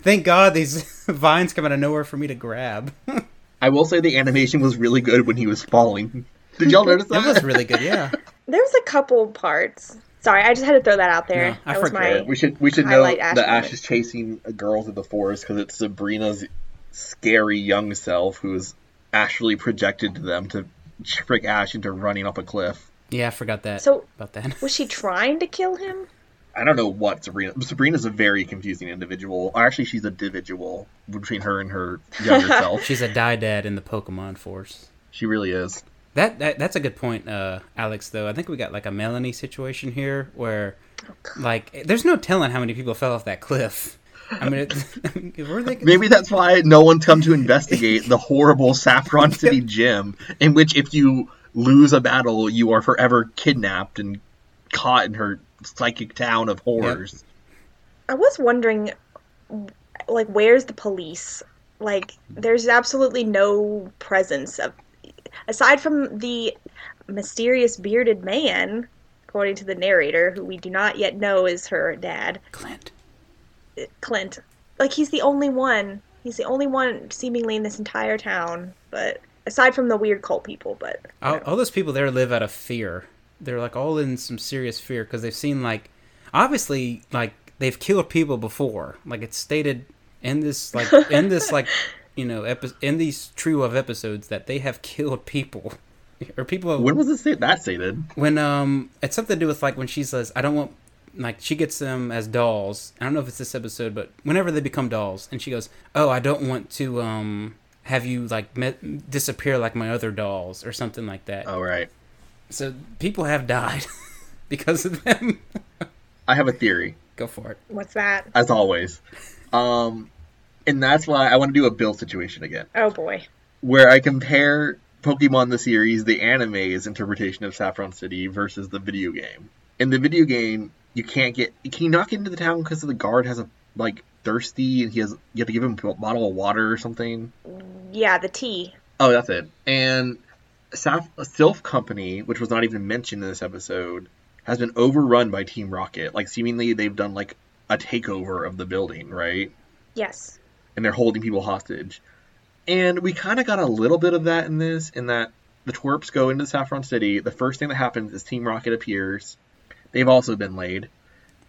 [SPEAKER 2] Thank God these vines come out of nowhere for me to grab. that
[SPEAKER 3] I will say the animation was really good when he was falling. Did y'all notice that?
[SPEAKER 2] was really good. Yeah.
[SPEAKER 4] there was a couple parts. Sorry, I just had to throw that out there.
[SPEAKER 2] No, I
[SPEAKER 4] that was
[SPEAKER 2] forget.
[SPEAKER 4] my
[SPEAKER 3] We should we should know
[SPEAKER 4] Highlight Ash
[SPEAKER 3] that Ash
[SPEAKER 4] moment.
[SPEAKER 3] is chasing a girl through the forest because it's Sabrina's scary young self who is actually projected to them to trick Ash into running off a cliff.
[SPEAKER 2] Yeah, I forgot that.
[SPEAKER 4] So-
[SPEAKER 2] about that.
[SPEAKER 4] Was she trying to kill him?
[SPEAKER 3] I don't know what Sabrina. Sabrina's a very confusing individual. Or Actually, she's a individual between her and her younger self.
[SPEAKER 2] She's a Didad in the Pokemon Force.
[SPEAKER 3] She really is.
[SPEAKER 2] That, that that's a good point, uh, Alex. Though I think we got like a Melanie situation here, where
[SPEAKER 4] Oh,
[SPEAKER 2] like there's no telling how many people fell off that cliff. I mean, it, I mean if we're thinking
[SPEAKER 3] Maybe that's why no one's come to investigate the horrible Saffron City gym, in which if you lose a battle, you are forever kidnapped and caught in her psychic town of horrors.
[SPEAKER 4] I was wondering, like, where's the police? Like, there's absolutely no presence of, aside from the mysterious bearded man, according to the narrator, who we do not yet know is her dad,
[SPEAKER 2] Clint.
[SPEAKER 4] Clint. Like, he's the only one. He's the only one seemingly in this entire town, but aside from the weird cult people, but
[SPEAKER 2] All, all those people there live out of fear. They're like all in some serious fear because they've seen like, obviously like they've killed people before. Like it's stated in this like in this like you know epi- in these trio of episodes that they have killed people or people have
[SPEAKER 3] When was this sta- that stated?
[SPEAKER 2] when um it's something to do with like when she says i don't want like she gets them as dolls i don't know if it's this episode but whenever they become dolls and she goes oh i don't want to um have you like me- disappear like my other dolls or something like that
[SPEAKER 3] Oh right.
[SPEAKER 2] so people have died because of them
[SPEAKER 3] I have a theory,
[SPEAKER 2] go for it
[SPEAKER 4] what's that?
[SPEAKER 3] as always. Um, and that's why I want to do a Bill situation again,
[SPEAKER 4] Oh boy.
[SPEAKER 3] where I compare Pokemon the series, the anime's interpretation of Saffron City versus the video game. In the video game, you can't get can you not get into the town because the guard has a like thirsty and he has you have to give him a bottle of water or something.
[SPEAKER 4] Yeah, the tea.
[SPEAKER 3] Oh, that's it. And Saf- Sylph Company, which was not even mentioned in this episode, has been overrun by Team Rocket. Like, seemingly they've done like a takeover of the building, right?
[SPEAKER 4] Yes.
[SPEAKER 3] And they're holding people hostage. And we kind of got a little bit of that in this, in that the twerps go into Saffron City. The first thing that happens is Team Rocket appears. They've also been laid.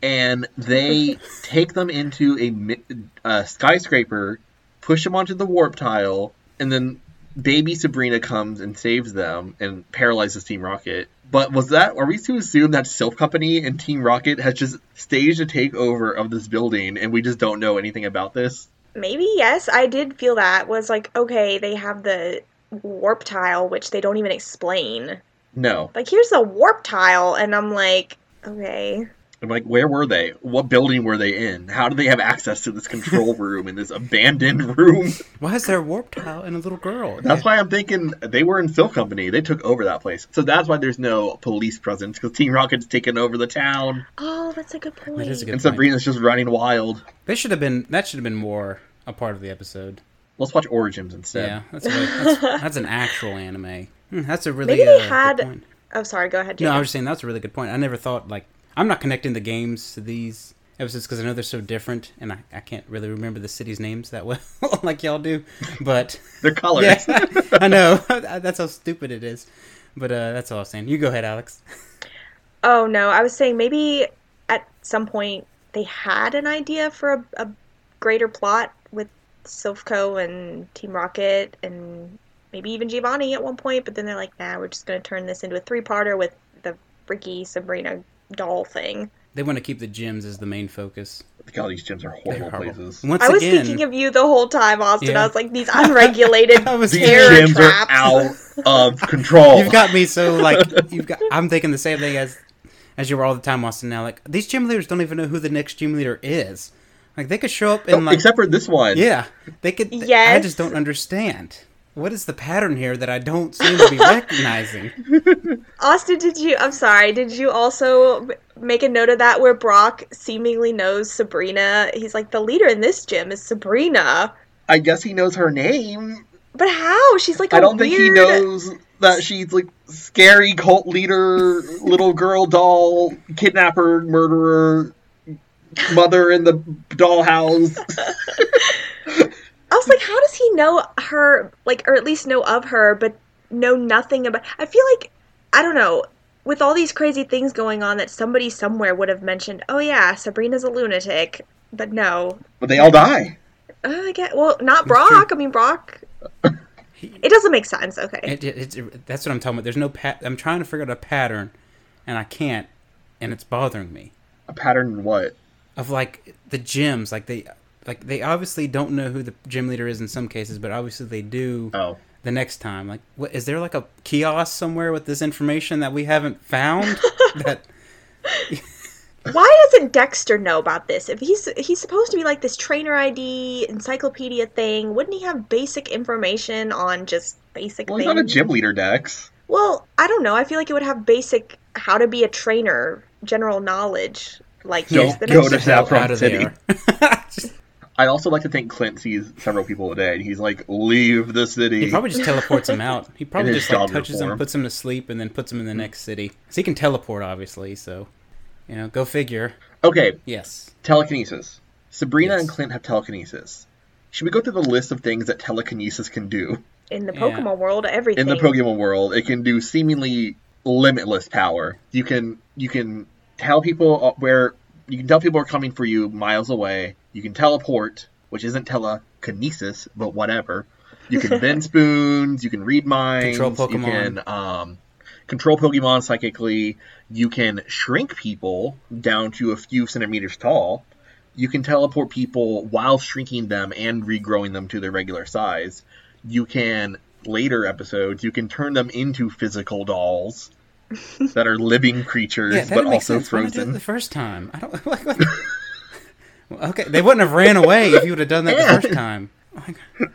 [SPEAKER 3] And they take them into a, mi- a skyscraper, push them onto the warp tile, and then baby Sabrina comes and saves them and paralyzes Team Rocket. But was that, are we to assume that Silk Company and Team Rocket has just staged a takeover of this building and we just don't know anything about this?
[SPEAKER 4] Maybe yes, I did feel that was like okay, they have the warp tile which they don't even explain.
[SPEAKER 3] No.
[SPEAKER 4] Like here's a warp tile and I'm like, okay.
[SPEAKER 3] I'm like, where were they? What building were they in? How do they have access to this control room in this abandoned room?
[SPEAKER 2] why is there a warp tile and a little girl
[SPEAKER 3] That's why I'm thinking they were in Silk Company. They took over that place. So that's why there's no police presence because Team Rocket's taken over the town
[SPEAKER 4] Oh, that's a good point.
[SPEAKER 2] that is a good
[SPEAKER 3] and
[SPEAKER 2] point.
[SPEAKER 3] Sabrina's just running wild.
[SPEAKER 2] they should have been that should have been more a part of the episode
[SPEAKER 3] Let's watch Origins instead.
[SPEAKER 2] yeah that's, really, that's that's an actual anime Hmm, that's a really
[SPEAKER 4] Maybe they
[SPEAKER 2] uh, good
[SPEAKER 4] had-
[SPEAKER 2] point.
[SPEAKER 4] Oh, sorry, go ahead.
[SPEAKER 2] No, I
[SPEAKER 4] Jacob.
[SPEAKER 2] was just saying that's a really good point. I never thought like I'm not connecting the games to these episodes because I know they're so different, and I, I can't really remember the cities' names that well like y'all do. But
[SPEAKER 3] They're colors.
[SPEAKER 2] yeah, I know that's how stupid it is. But uh, that's all I was saying. You go ahead, Alex.
[SPEAKER 4] Oh no, I was saying maybe at some point they had an idea for a, a greater plot with Silphco and Team Rocket and maybe even Giovanni at one point, but then they're like, nah, we're just gonna turn this into a three-parter with the freaky Sabrina doll thing.
[SPEAKER 2] They want to keep the gyms as the main focus.
[SPEAKER 3] God, these gyms are
[SPEAKER 2] They're
[SPEAKER 3] horrible
[SPEAKER 2] horrible.
[SPEAKER 3] places.
[SPEAKER 2] Once
[SPEAKER 4] I was
[SPEAKER 2] again,
[SPEAKER 4] thinking of you the whole time, Austin.
[SPEAKER 2] Yeah.
[SPEAKER 4] I was like, these unregulated
[SPEAKER 2] I was
[SPEAKER 3] These
[SPEAKER 2] terror
[SPEAKER 4] terror
[SPEAKER 3] gyms
[SPEAKER 4] traps.
[SPEAKER 3] are out of control.
[SPEAKER 2] you've got me so like you've got. I'm thinking the same thing as as you were all the time, Austin. Now, like these gym leaders don't even know who the next gym leader is. Like they could show up and
[SPEAKER 3] Oh,
[SPEAKER 2] like
[SPEAKER 3] Except for this one.
[SPEAKER 2] yeah, they could. I
[SPEAKER 4] Yes.
[SPEAKER 2] just don't understand. What is the pattern here that I don't seem to be recognizing?
[SPEAKER 4] Austin, did you? I'm sorry. Did you also m- make a note of that where Brock seemingly knows Sabrina? He's like, the leader in this gym is Sabrina.
[SPEAKER 3] I guess he knows her name.
[SPEAKER 4] But how? She's like I
[SPEAKER 3] I don't think he knows that she's like scary cult leader, little girl doll, kidnapper, murderer, mother in the dollhouse.
[SPEAKER 4] I was like, how does he know her? Like, or at least know of her, but know nothing about. I feel like I don't know. With all these crazy things going on, that somebody somewhere would have mentioned. Oh yeah, Sabrina's a lunatic. But no,
[SPEAKER 3] But they all die.
[SPEAKER 4] Oh, I get well, not
[SPEAKER 2] That's true.
[SPEAKER 4] Brock. I mean Brock. It doesn't make sense. Okay,
[SPEAKER 2] It, it, it, that's what I'm talking about. There's no pat. I'm trying to figure out a pattern, and I can't, and it's bothering me.
[SPEAKER 3] A pattern in what?
[SPEAKER 2] Of like the gyms, like they, like they obviously don't know who the gym leader is in some cases, but obviously they do
[SPEAKER 3] Oh.
[SPEAKER 2] the next time. Like, what is there like a kiosk somewhere with this information that we haven't found? that
[SPEAKER 4] why doesn't Dexter know about this? If he's he's supposed to be like this trainer ID encyclopedia thing, wouldn't he have basic information on just basic
[SPEAKER 3] Well, he's
[SPEAKER 4] things?
[SPEAKER 3] not a gym leader, Dex.
[SPEAKER 4] Well, I don't know. I feel like it would have basic how to be a trainer, general knowledge. Like
[SPEAKER 3] Don't
[SPEAKER 4] here's the
[SPEAKER 3] go
[SPEAKER 4] next-
[SPEAKER 3] to
[SPEAKER 2] hell
[SPEAKER 3] Saffron
[SPEAKER 2] out of
[SPEAKER 3] City.
[SPEAKER 2] there. Just-
[SPEAKER 3] I also like to think Clint sees several people a day, and he's like, leave the
[SPEAKER 2] He
[SPEAKER 3] city.
[SPEAKER 2] probably just teleports him out. He probably
[SPEAKER 3] is
[SPEAKER 2] just like
[SPEAKER 3] job Hmm.
[SPEAKER 2] touches him,
[SPEAKER 3] reform.
[SPEAKER 2] puts him to sleep, and then puts him in the next city. So he can teleport, obviously. So, you know, go figure.
[SPEAKER 3] Okay,
[SPEAKER 2] Yes.
[SPEAKER 3] telekinesis. Sabrina
[SPEAKER 2] Yes.
[SPEAKER 3] and Clint have telekinesis. Should we go through the list of things that telekinesis can do?
[SPEAKER 4] in the
[SPEAKER 2] Yeah.
[SPEAKER 4] Pokemon world,
[SPEAKER 3] in
[SPEAKER 4] everything.
[SPEAKER 3] the Pokemon world, it can do seemingly limitless power. You can you can tell people uh, where you can tell people are coming for you miles away. You can teleport, which isn't telekinesis, but whatever. You can bend spoons. You can read minds.
[SPEAKER 2] Control
[SPEAKER 3] You
[SPEAKER 2] Pokemon.
[SPEAKER 3] can um, control Pokemon psychically. You can shrink people down to a few centimeters tall. You can teleport people while shrinking them and regrowing them to their regular size. You can later episodes you can turn them into physical dolls that are living creatures
[SPEAKER 2] Yeah, that
[SPEAKER 3] but
[SPEAKER 2] didn't make
[SPEAKER 3] also
[SPEAKER 2] sense. Why did you do it
[SPEAKER 3] frozen.
[SPEAKER 2] the first time, I don't. Like, what- Well, okay, they wouldn't have ran away if you would have done that the first time. Oh Like,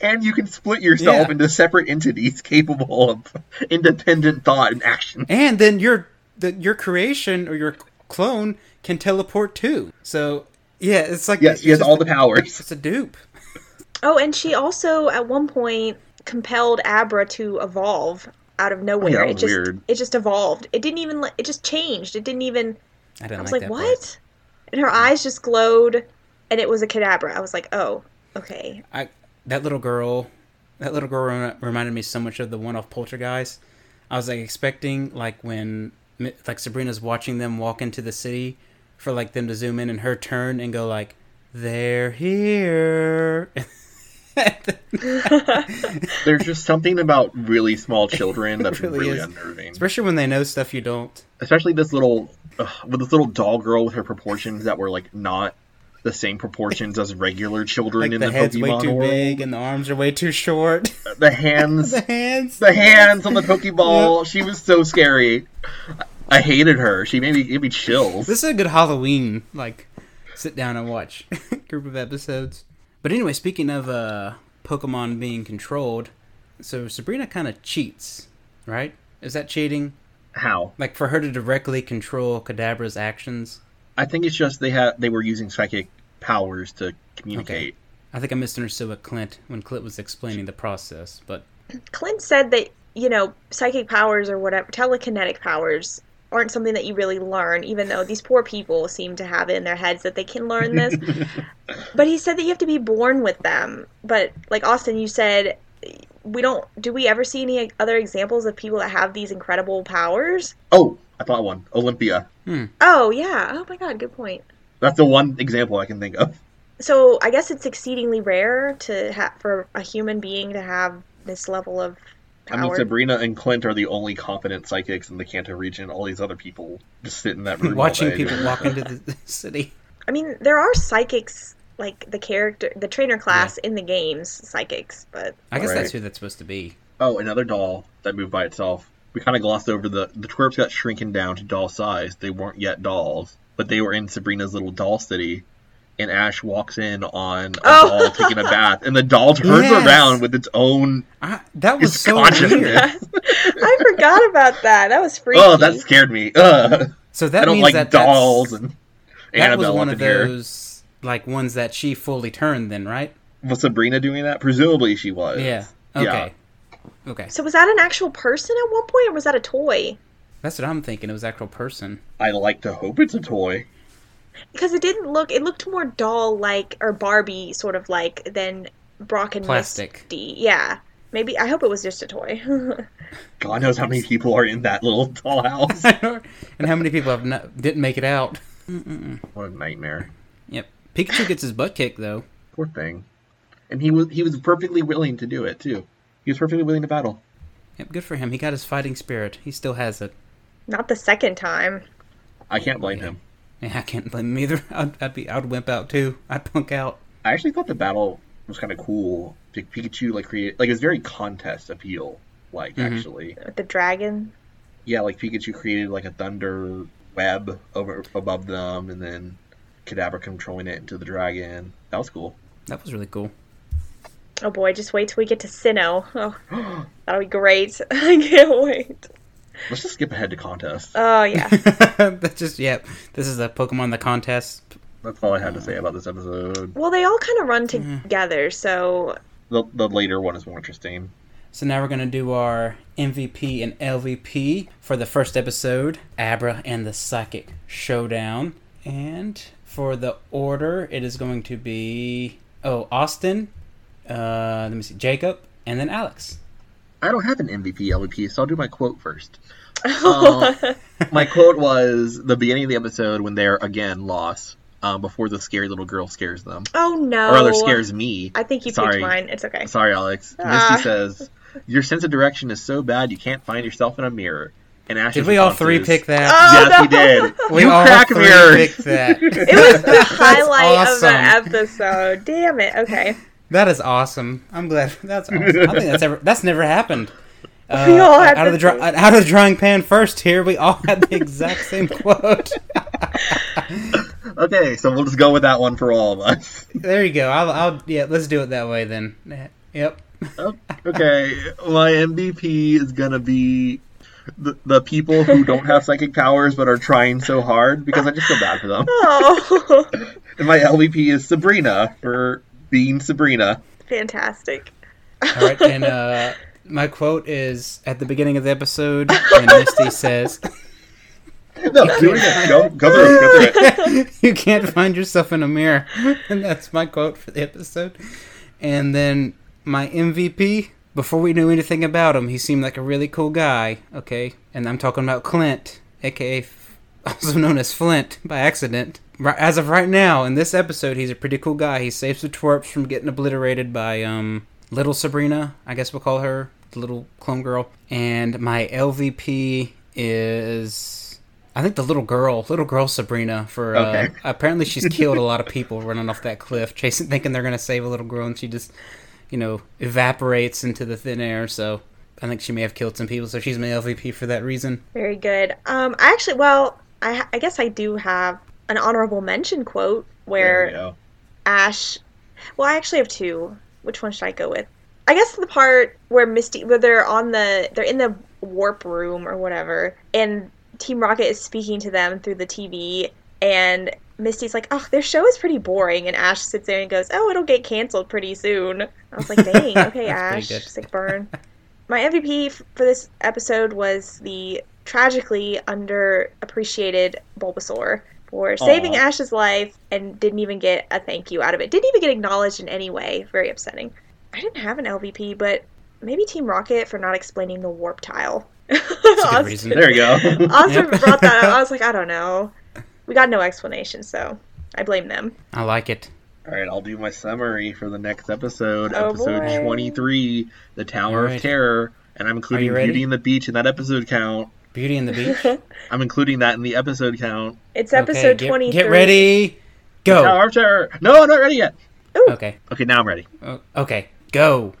[SPEAKER 3] And you can split yourself
[SPEAKER 2] Yeah.
[SPEAKER 3] into separate entities capable of independent thought and action.
[SPEAKER 2] and then your the, your creation or your clone can teleport too. So yeah, it's like
[SPEAKER 3] Yes,
[SPEAKER 2] it's
[SPEAKER 3] she has
[SPEAKER 2] just
[SPEAKER 3] all
[SPEAKER 2] a-
[SPEAKER 3] the powers.
[SPEAKER 2] It's a dupe.
[SPEAKER 4] Oh, and she also at one point compelled Abra to evolve out of nowhere.
[SPEAKER 3] Oh, that
[SPEAKER 4] it
[SPEAKER 3] was
[SPEAKER 4] just
[SPEAKER 3] weird.
[SPEAKER 4] it just evolved. It didn't even like- it just changed. It didn't even
[SPEAKER 2] I didn't
[SPEAKER 4] I was
[SPEAKER 2] like,
[SPEAKER 4] like,
[SPEAKER 2] that. part.
[SPEAKER 4] "What?" And her eyes just glowed and it was a cadabra. I was like, "Oh, okay."
[SPEAKER 2] I that little girl, that little girl rem- reminded me so much of the one off Poltergeist. I was like expecting like when Mi- like Sabrina's watching them walk into the city for like them to zoom in and her turn and go like they're here.
[SPEAKER 3] There's just something about really small children that's
[SPEAKER 2] really
[SPEAKER 3] really,
[SPEAKER 2] is.
[SPEAKER 3] unnerving.
[SPEAKER 2] Especially when they know stuff you don't.
[SPEAKER 3] Especially this little ugh, with this little doll girl with her proportions that were like not the same proportions as regular children
[SPEAKER 2] Like
[SPEAKER 3] in
[SPEAKER 2] the,
[SPEAKER 3] the,
[SPEAKER 2] head's way
[SPEAKER 3] Pokemon
[SPEAKER 2] too
[SPEAKER 3] world.
[SPEAKER 2] big and the arms are way too short.
[SPEAKER 3] The hands
[SPEAKER 2] the hands.
[SPEAKER 3] the hands on the Pokeball. She was so scary. I hated her. She made me give me chills.
[SPEAKER 2] This is a good Halloween, like, sit down and watch group of episodes. But anyway, speaking of uh, Pokemon being controlled, so Sabrina kind of cheats, right? Is that cheating?
[SPEAKER 3] How?
[SPEAKER 2] Like for her to directly control Kadabra's actions?
[SPEAKER 3] I think it's just they had they were using psychic powers to communicate.
[SPEAKER 2] I think I misunderstood what Clint when Clint was explaining the process, but
[SPEAKER 4] Clint said that, you know, psychic powers or whatever, telekinetic powers aren't something that you really learn, even though these poor people seem to have it in their heads that they can learn this. but he said that you have to be born with them. But, like, Austin, you said, we don't, do we ever see any other examples of people that have these incredible powers?
[SPEAKER 3] Oh, I thought one. Olympia.
[SPEAKER 4] Oh, yeah. Oh, my God. Good point.
[SPEAKER 3] That's the one example I can think of.
[SPEAKER 4] So I guess it's exceedingly rare to ha- for a human being to have this level of
[SPEAKER 3] I mean,
[SPEAKER 4] Howard.
[SPEAKER 3] Sabrina and Clint are the only competent psychics in the Kanto region. All these other people just sit in that room all
[SPEAKER 2] Watching
[SPEAKER 3] day
[SPEAKER 2] people
[SPEAKER 3] doing
[SPEAKER 2] walk into the city.
[SPEAKER 4] I mean, there are psychics, like the character, the trainer class in the games, psychics, but
[SPEAKER 2] I guess that's
[SPEAKER 3] Right.
[SPEAKER 2] who that's supposed to be.
[SPEAKER 3] Oh, another doll that moved by itself. We kind of glossed over the the twerps got shrinking down to doll size. They weren't yet dolls, but they were in Sabrina's little doll city. And Ash walks in on a
[SPEAKER 4] Oh.
[SPEAKER 3] doll taking a bath, and the doll turns
[SPEAKER 2] Yes.
[SPEAKER 3] around with its own
[SPEAKER 2] I, that was
[SPEAKER 3] its
[SPEAKER 2] so weird.
[SPEAKER 3] consciousness.
[SPEAKER 4] I forgot about that. That was freaky.
[SPEAKER 3] Oh, that scared me. Ugh.
[SPEAKER 2] So that
[SPEAKER 3] I don't
[SPEAKER 2] means
[SPEAKER 3] like
[SPEAKER 2] that
[SPEAKER 3] dolls
[SPEAKER 2] That's,
[SPEAKER 3] and
[SPEAKER 2] that was
[SPEAKER 3] Annabelle
[SPEAKER 2] one
[SPEAKER 3] up
[SPEAKER 2] of
[SPEAKER 3] in here.
[SPEAKER 2] those like ones that she fully turned. Then right?
[SPEAKER 3] Was Sabrina doing that? Presumably she was.
[SPEAKER 2] Yeah.
[SPEAKER 3] Yeah.
[SPEAKER 2] Okay. Okay.
[SPEAKER 4] So was that an actual person at one point, or was that a toy?
[SPEAKER 2] That's what I'm thinking. It was actual person.
[SPEAKER 3] I like to hope it's a toy.
[SPEAKER 4] Because it didn't look. It looked more doll-like or Barbie sort of like than Brock and
[SPEAKER 2] Plastic.
[SPEAKER 4] Misty. Yeah, maybe. I hope it was just a toy.
[SPEAKER 3] God knows how many people are in that little dollhouse.
[SPEAKER 2] and how many people have not, didn't make it out?
[SPEAKER 3] what a nightmare.
[SPEAKER 2] Yep. Pikachu gets his butt kicked though.
[SPEAKER 3] Poor thing. And he was he was perfectly willing to do it too. He was perfectly willing to battle.
[SPEAKER 2] Yep. Good for him. He got his fighting spirit. He still has it.
[SPEAKER 4] Not the second time.
[SPEAKER 3] I can't blame him.
[SPEAKER 2] Yeah, I can't blame him either. I'd, I'd be. I'd wimp out too. I'd punk out.
[SPEAKER 3] I actually thought the battle was kind of cool. Like, Pikachu like create like it was very contest appeal like actually.
[SPEAKER 4] with the dragon.
[SPEAKER 3] Yeah, like Pikachu created like a thunder web over above them, and then Kadabra controlling it into the dragon. That was cool.
[SPEAKER 2] That was really cool.
[SPEAKER 4] Oh boy, just wait till we get to Sinnoh. Oh, that'll be great. I can't wait.
[SPEAKER 3] Let's just skip ahead to contest.
[SPEAKER 4] Oh yeah.
[SPEAKER 2] That's just yep. This is a Pokemon the contest.
[SPEAKER 3] That's all I had to say about this episode.
[SPEAKER 4] well, they all kind of run together, so
[SPEAKER 3] The, the later one is more interesting.
[SPEAKER 2] So now we're gonna do our MVP and LVP for the first episode, Abra and the Psychic Showdown. And for the order, it is going to be oh Austin, uh, let me see, Jacob, and then Alex.
[SPEAKER 3] I don't have an MVP LVP, so I'll do my quote first. Uh, my quote was the beginning of the episode when they're again lost uh, before the scary little girl scares them,
[SPEAKER 4] oh no.
[SPEAKER 3] or rather scares me.
[SPEAKER 4] I think you
[SPEAKER 3] Sorry.
[SPEAKER 4] picked mine. It's okay.
[SPEAKER 3] Sorry, Alex.
[SPEAKER 4] Ah.
[SPEAKER 3] Misty says your sense of direction is so bad you can't find yourself in a mirror. And Ash's
[SPEAKER 2] Did we all
[SPEAKER 3] response
[SPEAKER 2] three
[SPEAKER 3] is,
[SPEAKER 2] pick that?
[SPEAKER 4] Oh,
[SPEAKER 3] Yes,
[SPEAKER 4] no.
[SPEAKER 3] we
[SPEAKER 2] we
[SPEAKER 3] did. Ah, you
[SPEAKER 2] all
[SPEAKER 3] crack
[SPEAKER 2] three
[SPEAKER 3] mirror.
[SPEAKER 2] picked that.
[SPEAKER 4] It was the highlight
[SPEAKER 2] awesome.
[SPEAKER 4] of the episode. Damn it. Okay.
[SPEAKER 2] That is awesome. I'm glad. That's awesome. I think that's ever that's never happened. Uh,
[SPEAKER 4] We all had
[SPEAKER 2] out of the
[SPEAKER 4] the
[SPEAKER 2] dra- out of the drawing pan first. Here we all had the exact same quote.
[SPEAKER 3] Okay, so we'll just go with that one for all of us.
[SPEAKER 2] there you go. I'll, I'll yeah. Let's do it that way then. Yeah. Yep.
[SPEAKER 3] okay, my MVP is gonna be the, the people who don't have psychic powers but are trying so hard because I just feel bad for them.
[SPEAKER 4] Oh,
[SPEAKER 3] And my LVP is Sabrina for being Sabrina.
[SPEAKER 4] fantastic.
[SPEAKER 2] All right. And uh, my quote is at the beginning of the episode, and Misty says,
[SPEAKER 3] No, do it again. Go, go through, it, go through it.
[SPEAKER 2] "You can't find yourself in a mirror," and that's my quote for the episode. And then my MVP. Before we knew anything about him, he seemed like a really cool guy. Okay, and I'm talking about Clint, aka F- also known as Flint, by accident. Ri- As of right now, in this episode, he's a pretty cool guy. He saves the twerps from getting obliterated by um little Sabrina, I guess we'll call her the little clone girl. And my LVP is I think the little girl, little girl Sabrina. For uh,
[SPEAKER 3] Okay.
[SPEAKER 2] apparently she's killed a lot of people running off that cliff, chasing, thinking they're gonna save a little girl, and she just you know, evaporates into the thin air. So I think she may have killed some people. So she's my LVP for that reason.
[SPEAKER 4] Very good. Um, I actually, well, I, ha- I guess I do have an honorable mention quote
[SPEAKER 3] There we
[SPEAKER 4] where
[SPEAKER 3] go.
[SPEAKER 4] Ash. Well, I actually have two. Which one should I go with? I guess the part where Misty, where they're on the, they're in the warp room or whatever, and Team Rocket is speaking to them through the TV, and Misty's like, "Oh, their show is pretty boring," and Ash sits there and goes, "Oh, it'll get canceled pretty soon." I was like, "Dang, okay,
[SPEAKER 2] That's
[SPEAKER 4] Ash,
[SPEAKER 2] pretty good.
[SPEAKER 4] sick burn." My MVP f- for this episode was the tragically underappreciated Bulbasaur for saving
[SPEAKER 3] Aw.
[SPEAKER 4] Ash's life and didn't even get a thank you out of it. Didn't even get acknowledged in any way. Very upsetting. I didn't have an LVP, but maybe Team Rocket for not explaining the warp tile.
[SPEAKER 2] That's a good
[SPEAKER 4] Austin,
[SPEAKER 2] reason.
[SPEAKER 3] There you go.
[SPEAKER 4] Austin
[SPEAKER 2] Yep.
[SPEAKER 4] brought that up. I was like, I don't know. We got no explanation, so I blame them.
[SPEAKER 2] I like it.
[SPEAKER 3] All right, I'll do my summary for the next episode,
[SPEAKER 4] Oh,
[SPEAKER 3] episode
[SPEAKER 4] boy.
[SPEAKER 3] 23, The Tower
[SPEAKER 2] All right.
[SPEAKER 3] of Terror. and I'm including
[SPEAKER 2] ready?
[SPEAKER 3] Beauty and the Beach in that episode count.
[SPEAKER 2] Beauty and the Beach.
[SPEAKER 3] I'm including that in the episode count.
[SPEAKER 4] It's episode
[SPEAKER 2] okay,
[SPEAKER 4] twenty.
[SPEAKER 2] get, get ready.
[SPEAKER 3] Oh,
[SPEAKER 2] Go.
[SPEAKER 3] I'm sure. No, I'm not ready yet.
[SPEAKER 2] Okay.
[SPEAKER 3] Okay, now I'm ready.
[SPEAKER 2] O- Okay. Go.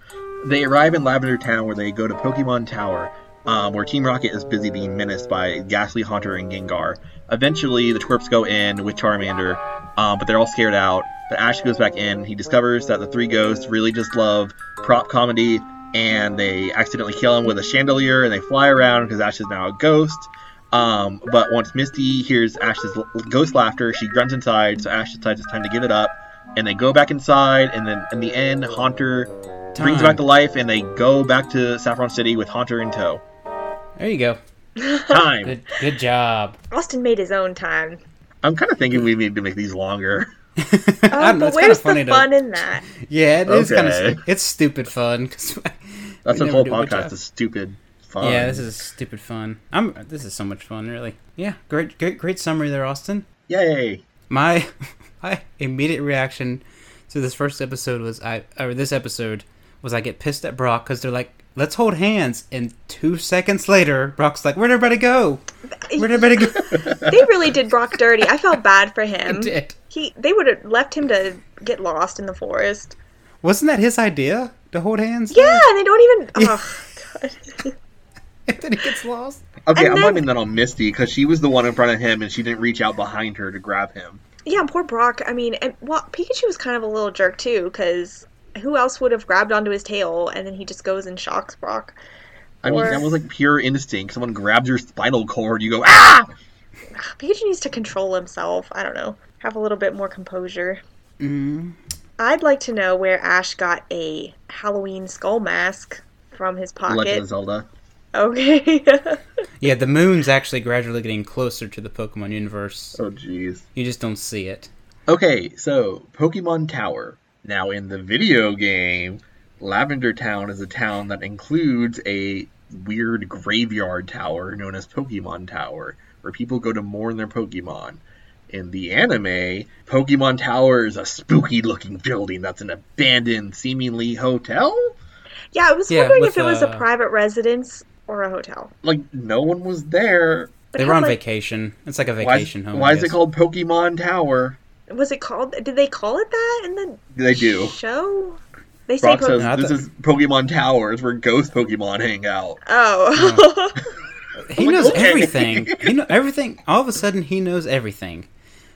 [SPEAKER 3] They arrive in Lavender Town where they go to Pokemon Tower, um, where Team Rocket is busy being menaced by Ghastly Haunter and Gengar. Eventually, the twerps go in with Charmander, um, but they're all scared out. But Ash goes back in. He discovers that the three ghosts really just love prop comedy, and they accidentally kill him with a chandelier, and they fly around because Ash is now a ghost. Um, but once Misty hears Ash's l- ghost laughter, she grunts inside, so Ash decides it's time to give it up. And they go back inside, and then in the end, Haunter brings
[SPEAKER 2] Time.
[SPEAKER 3] back to life, and they go back to Saffron City with Haunter in tow.
[SPEAKER 2] There you go.
[SPEAKER 3] Time.
[SPEAKER 2] Good. Good job.
[SPEAKER 4] Austin made his own time.
[SPEAKER 3] I'm kind of thinking we need to make these longer.
[SPEAKER 4] Oh,
[SPEAKER 2] I don't know. It's kind
[SPEAKER 4] but where's
[SPEAKER 2] of
[SPEAKER 4] the
[SPEAKER 2] funny
[SPEAKER 4] fun
[SPEAKER 2] to.
[SPEAKER 4] in that?
[SPEAKER 2] Yeah, it is kind
[SPEAKER 3] Okay.
[SPEAKER 2] of. It's stupid fun. 'cause-
[SPEAKER 3] That's
[SPEAKER 2] We
[SPEAKER 3] a
[SPEAKER 2] never
[SPEAKER 3] whole
[SPEAKER 2] do a good
[SPEAKER 3] podcast
[SPEAKER 2] job.
[SPEAKER 3] is stupid fun.
[SPEAKER 2] yeah, this is stupid fun. I'm. This is so much fun, really. Yeah. Great. Great. Great summary there, Austin.
[SPEAKER 3] yay.
[SPEAKER 2] my my immediate reaction to this first episode was I or this episode was I get pissed at Brock because they're like, let's hold hands, and two seconds later, Brock's like, where'd everybody go? Where'd everybody go?
[SPEAKER 4] They really did Brock dirty. I felt bad for him.
[SPEAKER 2] Did.
[SPEAKER 4] He they would have left him to get lost in the forest.
[SPEAKER 2] Wasn't that his idea to hold hands?
[SPEAKER 4] Yeah, and they don't even.
[SPEAKER 2] Yeah.
[SPEAKER 4] Oh,
[SPEAKER 2] and then he gets lost.
[SPEAKER 3] Okay,
[SPEAKER 4] And
[SPEAKER 3] I'm
[SPEAKER 4] then-
[SPEAKER 3] blaming that on Misty because she was the one in front of him, and she didn't reach out behind her to grab him.
[SPEAKER 4] yeah, poor Brock. I mean, and well, Pikachu was kind of a little jerk too, because who else would have grabbed onto his tail and then he just goes and shocks Brock?
[SPEAKER 3] I mean,
[SPEAKER 4] Or-
[SPEAKER 3] that was like pure instinct. Someone grabs your spinal cord, you go ah.
[SPEAKER 4] Pikachu needs to control himself. I don't know. Have a little bit more composure.
[SPEAKER 2] Mm-hmm.
[SPEAKER 4] I'd like to know where Ash got a Halloween skull mask from his
[SPEAKER 3] Legend
[SPEAKER 4] pocket.
[SPEAKER 3] of Zelda.
[SPEAKER 4] Okay.
[SPEAKER 2] Yeah, the moon's actually gradually getting closer to the Pokemon universe.
[SPEAKER 3] Oh, jeez.
[SPEAKER 2] You just don't see it.
[SPEAKER 3] Okay, so Pokemon Tower. Now, in the video game, Lavender Town is a town that includes a weird graveyard tower known as Pokemon Tower, where people go to mourn their Pokemon. In the anime, Pokemon Tower is a spooky looking building that's an abandoned, seemingly hotel?
[SPEAKER 4] yeah, I was
[SPEAKER 2] Yeah,
[SPEAKER 4] wondering
[SPEAKER 2] with,
[SPEAKER 4] if it was
[SPEAKER 2] uh,
[SPEAKER 4] a private residence or a hotel.
[SPEAKER 3] Like, no one was there.
[SPEAKER 4] But
[SPEAKER 2] they
[SPEAKER 4] it
[SPEAKER 2] were
[SPEAKER 4] had,
[SPEAKER 2] on
[SPEAKER 4] like-
[SPEAKER 2] vacation. It's like a
[SPEAKER 3] Why is,
[SPEAKER 2] vacation home.
[SPEAKER 3] why
[SPEAKER 2] I
[SPEAKER 3] is it
[SPEAKER 2] guess.
[SPEAKER 3] called Pokemon Tower?
[SPEAKER 4] Was it called? Did they call it that in the
[SPEAKER 3] They do.
[SPEAKER 4] show? They say
[SPEAKER 3] Brock
[SPEAKER 4] po-
[SPEAKER 3] says
[SPEAKER 2] No, I
[SPEAKER 3] this
[SPEAKER 2] thought-
[SPEAKER 3] is Pokemon Towers where ghost Pokemon hang out.
[SPEAKER 4] Oh.
[SPEAKER 2] He
[SPEAKER 3] I'm like,
[SPEAKER 2] knows
[SPEAKER 3] okay.
[SPEAKER 2] everything. He know everything. All of a sudden, he knows everything.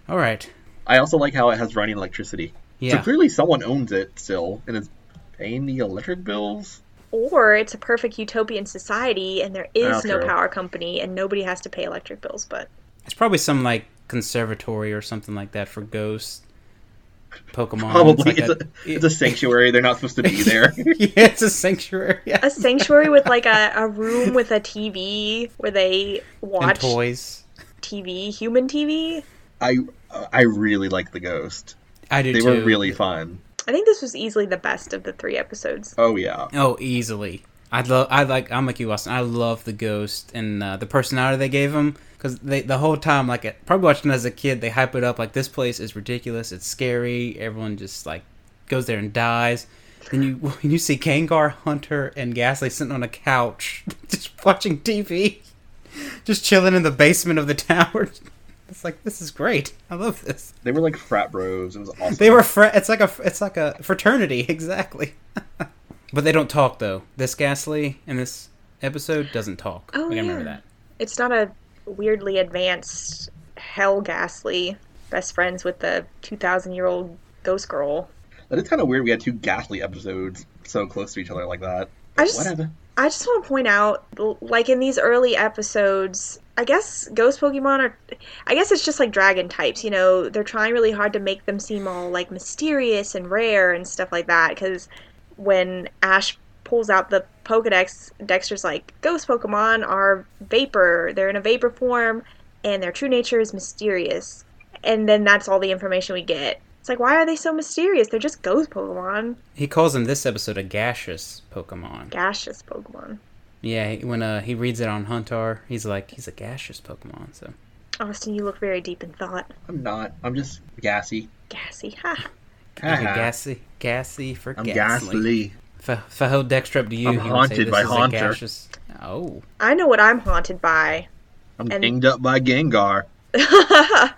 [SPEAKER 2] All right.
[SPEAKER 3] I also like how it has running electricity. So
[SPEAKER 2] Yeah.
[SPEAKER 3] clearly someone owns it still and is paying the electric bills.
[SPEAKER 4] or it's a perfect utopian society and there is
[SPEAKER 3] That's
[SPEAKER 4] no
[SPEAKER 3] Oh, true.
[SPEAKER 4] power company and nobody has to pay electric bills, but
[SPEAKER 2] It's probably some like conservatory or something like that for ghosts, Pokemon.
[SPEAKER 3] Probably
[SPEAKER 2] Uh, It's
[SPEAKER 3] it's,
[SPEAKER 2] like
[SPEAKER 3] a, it's a sanctuary. They're not supposed to be there.
[SPEAKER 2] yeah, it's a sanctuary. Yeah.
[SPEAKER 4] a sanctuary with like a, a room with a TV where they
[SPEAKER 2] and
[SPEAKER 4] watch
[SPEAKER 2] toys.
[SPEAKER 4] TV, human TV.
[SPEAKER 3] I I really like the ghost.
[SPEAKER 2] I do
[SPEAKER 3] They
[SPEAKER 2] too.
[SPEAKER 3] were really fun.
[SPEAKER 4] I think this was easily the best of the three episodes.
[SPEAKER 3] Oh yeah.
[SPEAKER 2] Oh, easily. I love. I like. I'm like you, Austin. I love the ghost and uh, the personality they gave him because they the whole time, like it- probably watching as a kid, they hype it up like this place is ridiculous. It's scary. Everyone just like goes there and dies. Then you when you see Kangar, Hunter, and Ghastly sitting on a couch, just watching TV, just chilling in the basement of the tower. It's like this is great. I love this.
[SPEAKER 3] They were like frat bros. It was awesome.
[SPEAKER 2] They were fr- it's like a it's like a fraternity exactly. but they don't talk though. This Ghastly in this episode doesn't talk.
[SPEAKER 4] Oh,
[SPEAKER 2] we gotta remember
[SPEAKER 4] yeah.
[SPEAKER 2] that.
[SPEAKER 4] It's not a weirdly advanced, hell ghastly best friends with the 2,000 year old ghost girl.
[SPEAKER 3] That is kind of weird. We had two ghastly episodes so close to each other like that.
[SPEAKER 4] I just-
[SPEAKER 3] Whatever.
[SPEAKER 4] I just want to point out, l- like in these early episodes, I guess ghost Pokemon are. I guess it's just like dragon types, you know? They're trying really hard to make them seem all like mysterious and rare and stuff like that, because when Ash pulls out the Pokedex, Dexter's like, ghost Pokemon are vapor. They're in a vapor form, and their true nature is mysterious. And then that's all the information we get. It's like, why are they so mysterious? They're just ghost Pokemon,
[SPEAKER 2] He calls him this episode a gaseous Pokemon.
[SPEAKER 4] gaseous Pokemon.
[SPEAKER 2] Yeah, he- when uh, he reads it on Huntar, he's like he's a gaseous Pokemon. So
[SPEAKER 4] Austin, you look very deep in thought.
[SPEAKER 3] I'm not. I'm just gassy.
[SPEAKER 4] gassy. Ha.
[SPEAKER 2] like a
[SPEAKER 3] Ha ha.
[SPEAKER 2] gassy, gassy for
[SPEAKER 3] Uh-huh. I'm
[SPEAKER 2] ghastly.
[SPEAKER 3] ghastly.
[SPEAKER 2] If I held Dexter up to you, he
[SPEAKER 3] I'm
[SPEAKER 2] would say,
[SPEAKER 3] haunted
[SPEAKER 2] "This
[SPEAKER 3] by
[SPEAKER 2] is a
[SPEAKER 3] Haunter."
[SPEAKER 2] gaseous- Oh,
[SPEAKER 4] I know what I'm haunted by.
[SPEAKER 3] I'm
[SPEAKER 4] And-
[SPEAKER 3] dinged up by Gengar.
[SPEAKER 4] I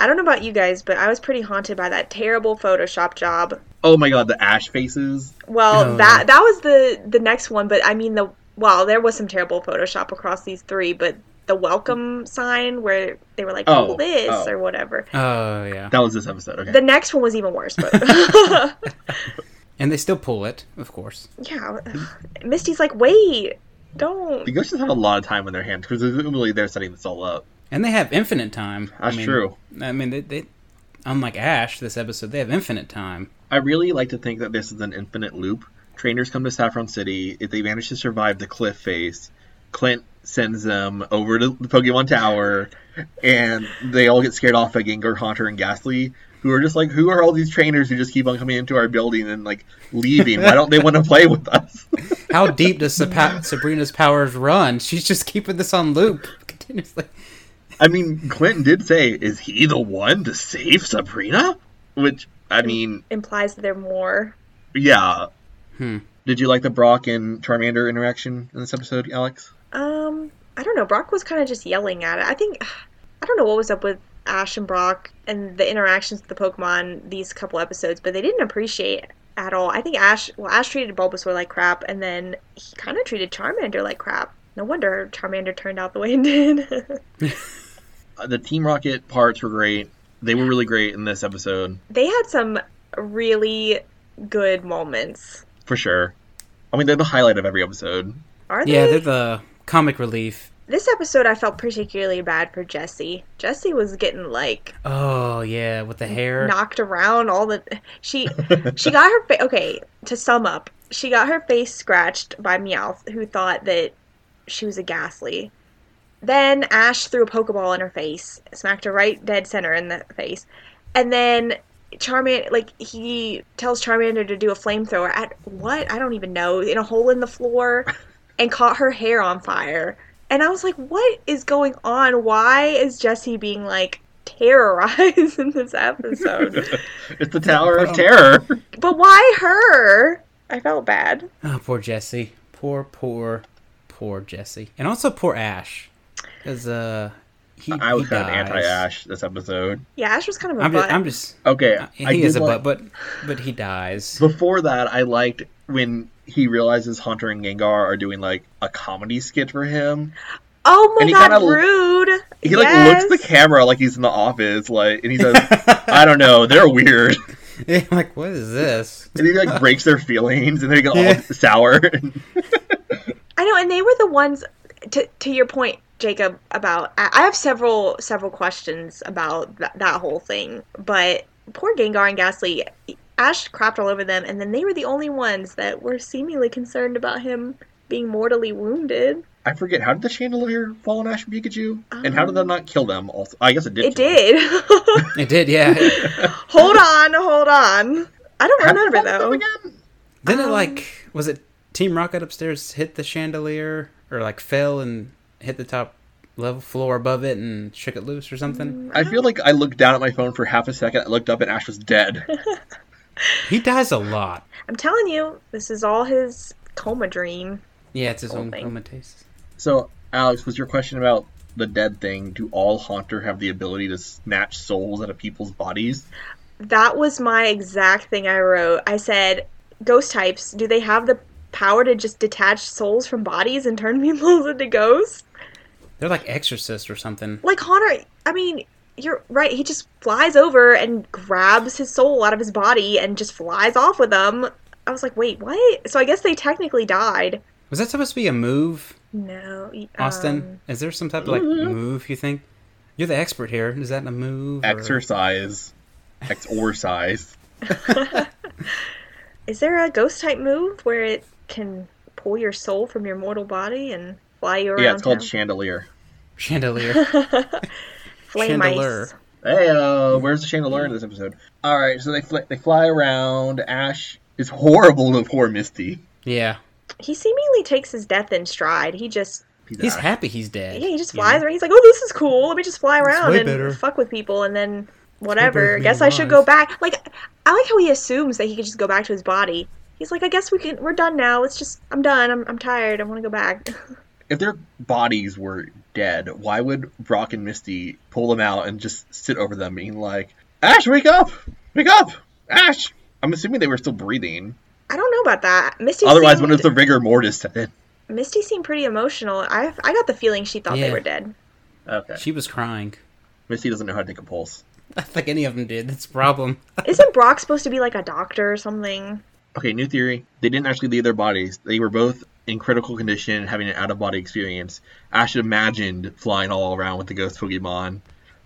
[SPEAKER 4] don't know about you guys, but I was pretty haunted by that terrible Photoshop job.
[SPEAKER 3] Oh my god, the ash faces.
[SPEAKER 4] Well,
[SPEAKER 2] Oh,
[SPEAKER 4] that
[SPEAKER 2] yeah.
[SPEAKER 4] that was the the next one, but I mean the well, there was some terrible Photoshop across these three, but the welcome sign where they were like,
[SPEAKER 3] Oh,
[SPEAKER 4] "Pull this"
[SPEAKER 3] oh.
[SPEAKER 4] or whatever.
[SPEAKER 2] oh yeah.
[SPEAKER 3] That was this episode. Okay.
[SPEAKER 4] The next one was even worse, but
[SPEAKER 2] And they still pull it, of course.
[SPEAKER 4] yeah, Misty's like, "Wait, don't."
[SPEAKER 3] The Gushers have a lot of time on their hands because presumably they're setting this all up.
[SPEAKER 2] And they have infinite time. I
[SPEAKER 3] That's
[SPEAKER 2] mean,
[SPEAKER 3] true.
[SPEAKER 2] I mean, they, they, unlike Ash, this episode, they have infinite time.
[SPEAKER 3] I really like to think that this is an infinite loop. Trainers come to Saffron City. If they manage to survive the cliff face, Clint sends them over to the Pokemon Tower, and they all get scared off by Gengar, Haunter, and Ghastly, who are just like, who are all these trainers who just keep on coming into our building and like leaving? Why don't they want to play with us?
[SPEAKER 2] How deep does Sapa- Sabrina's powers run? She's just keeping this on loop continuously.
[SPEAKER 3] I mean, Clint did say, is he the one to save Sabrina? Which I mean,
[SPEAKER 4] Implies that they're more.
[SPEAKER 3] yeah.
[SPEAKER 2] Hmm.
[SPEAKER 3] Did you like the Brock and Charmander interaction in this episode, Alex?
[SPEAKER 4] Um, I don't know. Brock was kind of just yelling at it. I think I don't know what was up with Ash and Brock and the interactions with the Pokemon these couple episodes, but they didn't appreciate at all. I think Ash, well, Ash treated Bulbasaur like crap, and then he kind of treated Charmander like crap. No wonder Charmander turned out the way it did.
[SPEAKER 3] Uh, The Team Rocket parts were great. They were really great in this episode,
[SPEAKER 4] they had some really good moments.
[SPEAKER 3] for sure. I mean, they're the highlight of every episode.
[SPEAKER 4] Are they?
[SPEAKER 2] Yeah, they're the comic relief.
[SPEAKER 4] This episode, I felt particularly bad for Jesse. Jesse was getting like
[SPEAKER 2] Oh yeah, with the hair.
[SPEAKER 4] knocked around all the she she got her fa- okay to sum up she got her face scratched by meowth who thought that she was a ghastly then ash threw a pokeball in her face smacked her right dead center in the face and then charmander like he tells charmander to do a flamethrower at what i don't even know in a hole in the floor and caught her hair on fire and i was like what is going on why is jesse being like terrorized in this episode
[SPEAKER 3] It's the Tower of Terror.
[SPEAKER 4] But why her? I felt bad.
[SPEAKER 2] Oh, poor Jesse. Poor, poor, poor Jesse. And also poor Ash, because uh, he
[SPEAKER 3] I was
[SPEAKER 2] he
[SPEAKER 3] kind of
[SPEAKER 2] dies.
[SPEAKER 3] anti-Ash this episode.
[SPEAKER 4] Yeah, Ash was kind of a
[SPEAKER 2] I'm
[SPEAKER 4] butt.
[SPEAKER 2] just, I'm just.
[SPEAKER 3] Okay,
[SPEAKER 2] Uh, He
[SPEAKER 3] I
[SPEAKER 2] is a
[SPEAKER 3] did like-
[SPEAKER 2] butt, but but he dies.
[SPEAKER 3] Before that, I liked when he realizes Haunter and Gengar are doing like a comedy skit for him.
[SPEAKER 4] oh my
[SPEAKER 3] and he
[SPEAKER 4] god,
[SPEAKER 3] kinda-
[SPEAKER 4] rude.
[SPEAKER 3] He
[SPEAKER 4] yes.
[SPEAKER 3] like looks the camera like he's in the office, like, and he says, "I don't know, they're weird."
[SPEAKER 2] like, what is this?
[SPEAKER 3] And he like breaks their feelings, and they get
[SPEAKER 2] Yeah.
[SPEAKER 3] all sour.
[SPEAKER 4] I know, and they were the ones. To to your point, Jacob, about I, I have several several questions about th- that whole thing. But poor Gengar and Ghastly, Ash crapped all over them, and then they were the only ones that were seemingly concerned about him being mortally wounded.
[SPEAKER 3] I forget how did the chandelier fall on Ash and Pikachu, and how did that not kill them? Also, I guess it did.
[SPEAKER 4] Um, It
[SPEAKER 3] kill them.
[SPEAKER 4] did.
[SPEAKER 2] It did, yeah.
[SPEAKER 4] hold on, hold on. I don't
[SPEAKER 3] How did
[SPEAKER 4] remember
[SPEAKER 3] that happen
[SPEAKER 4] though.
[SPEAKER 3] again?
[SPEAKER 2] Then
[SPEAKER 4] Um,
[SPEAKER 2] it like was it Team Rocket upstairs hit the chandelier or like fell and hit the top level floor above it and shook it loose or something?
[SPEAKER 4] Mm.
[SPEAKER 3] I feel like I looked down at my phone for half a second. I looked up, and Ash was dead.
[SPEAKER 2] He dies a lot.
[SPEAKER 4] I'm telling you, this is all his coma dream.
[SPEAKER 2] Yeah, it's his own
[SPEAKER 4] thing.
[SPEAKER 2] coma taste.
[SPEAKER 3] So, Alex, was your question about the dead thing? Do all Haunter have the ability to snatch souls out of people's bodies?
[SPEAKER 4] That was my exact thing I wrote. I said, Ghost types, do they have the power to just detach souls from bodies and turn people into ghosts?
[SPEAKER 2] They're like exorcists or something.
[SPEAKER 4] Like, Honor, I mean, you're right. He just flies over and grabs his soul out of his body and just flies off with them. I was like, wait, what? So I guess they technically died.
[SPEAKER 2] Was that supposed to be a move,
[SPEAKER 4] No. y- um,
[SPEAKER 2] Austin? Is there some type of like move you think? You're the expert here. Is that a move? or-
[SPEAKER 3] Exercise. Exorcise.
[SPEAKER 4] Is there a ghost type move where it can pull your soul from your mortal body and fly you around?
[SPEAKER 3] Yeah, it's called
[SPEAKER 4] town?
[SPEAKER 3] chandelier.
[SPEAKER 2] chandelier.
[SPEAKER 4] flame
[SPEAKER 2] chandelier.
[SPEAKER 4] ice.
[SPEAKER 3] Hey, uh, where's the chandelier in this episode? All right, so they fl- they fly around. Ash is horrible to poor Misty.
[SPEAKER 2] Yeah,
[SPEAKER 4] He seemingly takes his death in stride. He just
[SPEAKER 2] he's
[SPEAKER 3] Ash.
[SPEAKER 2] happy he's dead.
[SPEAKER 4] yeah, he just
[SPEAKER 2] you know?
[SPEAKER 4] flies around. He's like, oh, this is cool. Let me just fly around
[SPEAKER 2] way
[SPEAKER 4] and
[SPEAKER 2] better.
[SPEAKER 4] fuck with people, and then
[SPEAKER 2] better
[SPEAKER 4] whatever.
[SPEAKER 2] than
[SPEAKER 4] Guess
[SPEAKER 2] being
[SPEAKER 4] I should go
[SPEAKER 2] alive.
[SPEAKER 4] back. Like, I like how he assumes that he could just go back to his body. he's like, I guess we can. We're done now. Let's just. I'm done. I'm, I'm tired. I want to go back.
[SPEAKER 3] If their bodies were dead, why would Brock and Misty pull them out and just sit over them, being like, Ash, wake up! Wake up! Ash! I'm assuming they were still breathing.
[SPEAKER 4] I don't know about that. Misty.
[SPEAKER 3] Otherwise,
[SPEAKER 4] seemed,
[SPEAKER 3] when does the rigor mortis set in?
[SPEAKER 4] Misty seemed pretty emotional. I I got the feeling she thought
[SPEAKER 2] Yeah.
[SPEAKER 4] they were dead.
[SPEAKER 3] Okay.
[SPEAKER 2] She was crying.
[SPEAKER 3] Misty doesn't know how to take a pulse.
[SPEAKER 2] I don't think any of them did. That's a problem.
[SPEAKER 4] Isn't Brock supposed to be like a doctor or something?
[SPEAKER 3] Okay, new theory. They didn't actually leave their bodies. They were both in critical condition, having an out of body experience. Ash had imagined flying all around with the ghost Pokemon.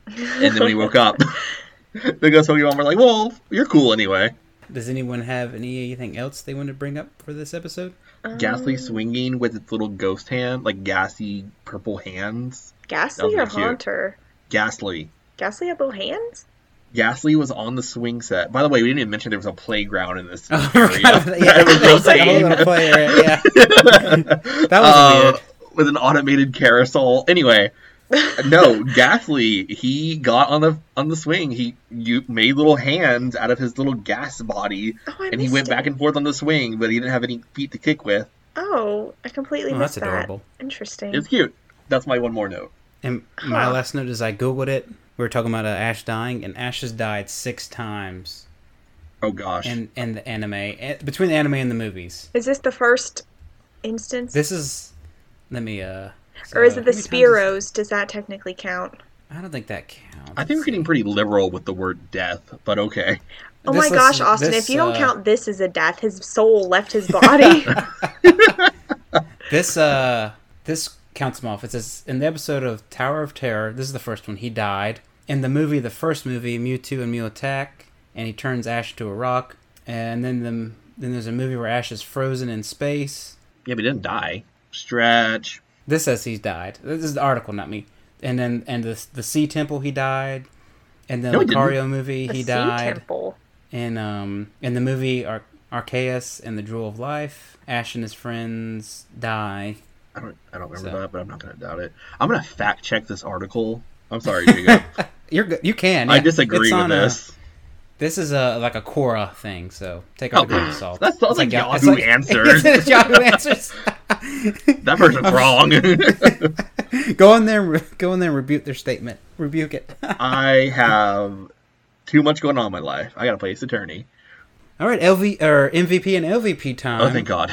[SPEAKER 3] And then when he woke up, the ghost Pokemon were like, well, you're cool anyway.
[SPEAKER 2] Does anyone have anything else they want to bring up for this episode?
[SPEAKER 3] Ghastly swinging with its little ghost hand, like gassy purple hands.
[SPEAKER 4] Ghastly
[SPEAKER 3] That
[SPEAKER 4] or
[SPEAKER 3] was cute.
[SPEAKER 4] Haunter?
[SPEAKER 3] Ghastly.
[SPEAKER 4] Ghastly had little hands.
[SPEAKER 3] Ghastly was on the swing set. By the way, we didn't even mention there was a playground in this
[SPEAKER 2] Oh,
[SPEAKER 3] area.
[SPEAKER 2] yeah.
[SPEAKER 3] It was
[SPEAKER 2] Like a
[SPEAKER 3] insane.
[SPEAKER 2] little player, yeah. That was
[SPEAKER 3] Uh,
[SPEAKER 2] weird.
[SPEAKER 3] with an automated carousel. Anyway, no, Ghastly, he got on the on the swing. He you made little hands out of his little gas body,
[SPEAKER 4] Oh, I
[SPEAKER 3] and he
[SPEAKER 4] missed
[SPEAKER 3] went
[SPEAKER 4] it.
[SPEAKER 3] back and forth on the swing, but he didn't have any feet to kick with.
[SPEAKER 4] Oh, I completely
[SPEAKER 2] Oh,
[SPEAKER 4] missed
[SPEAKER 2] that's
[SPEAKER 4] that.
[SPEAKER 2] adorable.
[SPEAKER 4] Interesting.
[SPEAKER 3] It's cute. That's my one more note.
[SPEAKER 2] And my
[SPEAKER 4] Huh.
[SPEAKER 2] last note is I googled it. We were talking about uh, Ash dying, and Ash has died six times
[SPEAKER 3] Oh gosh,
[SPEAKER 2] in in the anime, eh, between the anime and the movies.
[SPEAKER 4] Is this the first instance,
[SPEAKER 2] This is, let me uh.
[SPEAKER 4] or is
[SPEAKER 2] so- how many
[SPEAKER 4] it the
[SPEAKER 2] times is-
[SPEAKER 4] Spearows? Does that technically count?
[SPEAKER 2] I don't think that counts.
[SPEAKER 3] I think we're getting pretty liberal with the word death, but okay.
[SPEAKER 4] Oh
[SPEAKER 2] This
[SPEAKER 4] my gosh,
[SPEAKER 2] is-
[SPEAKER 4] Austin!
[SPEAKER 2] this,
[SPEAKER 4] if you don't
[SPEAKER 2] uh,
[SPEAKER 4] count this as a death, his soul left his body.
[SPEAKER 2] This uh this counts him off. It says in the episode of Tower of Terror, this is the first one, he died. In the movie, the first movie, Mewtwo and Mew attack, and he turns Ash to a rock. And then the, then there's a movie where Ash is frozen in space.
[SPEAKER 3] Yeah, but he didn't die. Stretch.
[SPEAKER 2] This says he's died. This is the article, not me. And then and the the Sea Temple he died. And the
[SPEAKER 3] No, he didn't.
[SPEAKER 2] Lucario movie
[SPEAKER 4] The
[SPEAKER 2] he
[SPEAKER 4] sea
[SPEAKER 2] died.
[SPEAKER 4] temple.
[SPEAKER 2] In um in the movie Ar- Arceus and the Jewel of Life, Ash and his friends die.
[SPEAKER 3] I don't. I don't remember
[SPEAKER 2] So-
[SPEAKER 3] that, but I'm not gonna doubt it. I'm gonna fact check this article. I'm sorry, Diego.
[SPEAKER 2] You're good. You can.
[SPEAKER 3] I
[SPEAKER 2] yeah. It's
[SPEAKER 3] disagree with
[SPEAKER 2] on, uh,
[SPEAKER 3] this.
[SPEAKER 2] This is a like a Quora thing, so take it with a grain of salt.
[SPEAKER 3] that sounds
[SPEAKER 2] It's
[SPEAKER 3] like
[SPEAKER 2] Yah- it's
[SPEAKER 3] Yahoo Answers.
[SPEAKER 2] It's Yahoo Answers.
[SPEAKER 3] That person's wrong.
[SPEAKER 2] go in there, and re- go in there, and rebuke their statement, rebuke it.
[SPEAKER 3] I have too much going on in my life. I got to play this attorney.
[SPEAKER 2] All right, LV or MVP and LVP time.
[SPEAKER 3] Oh, thank God.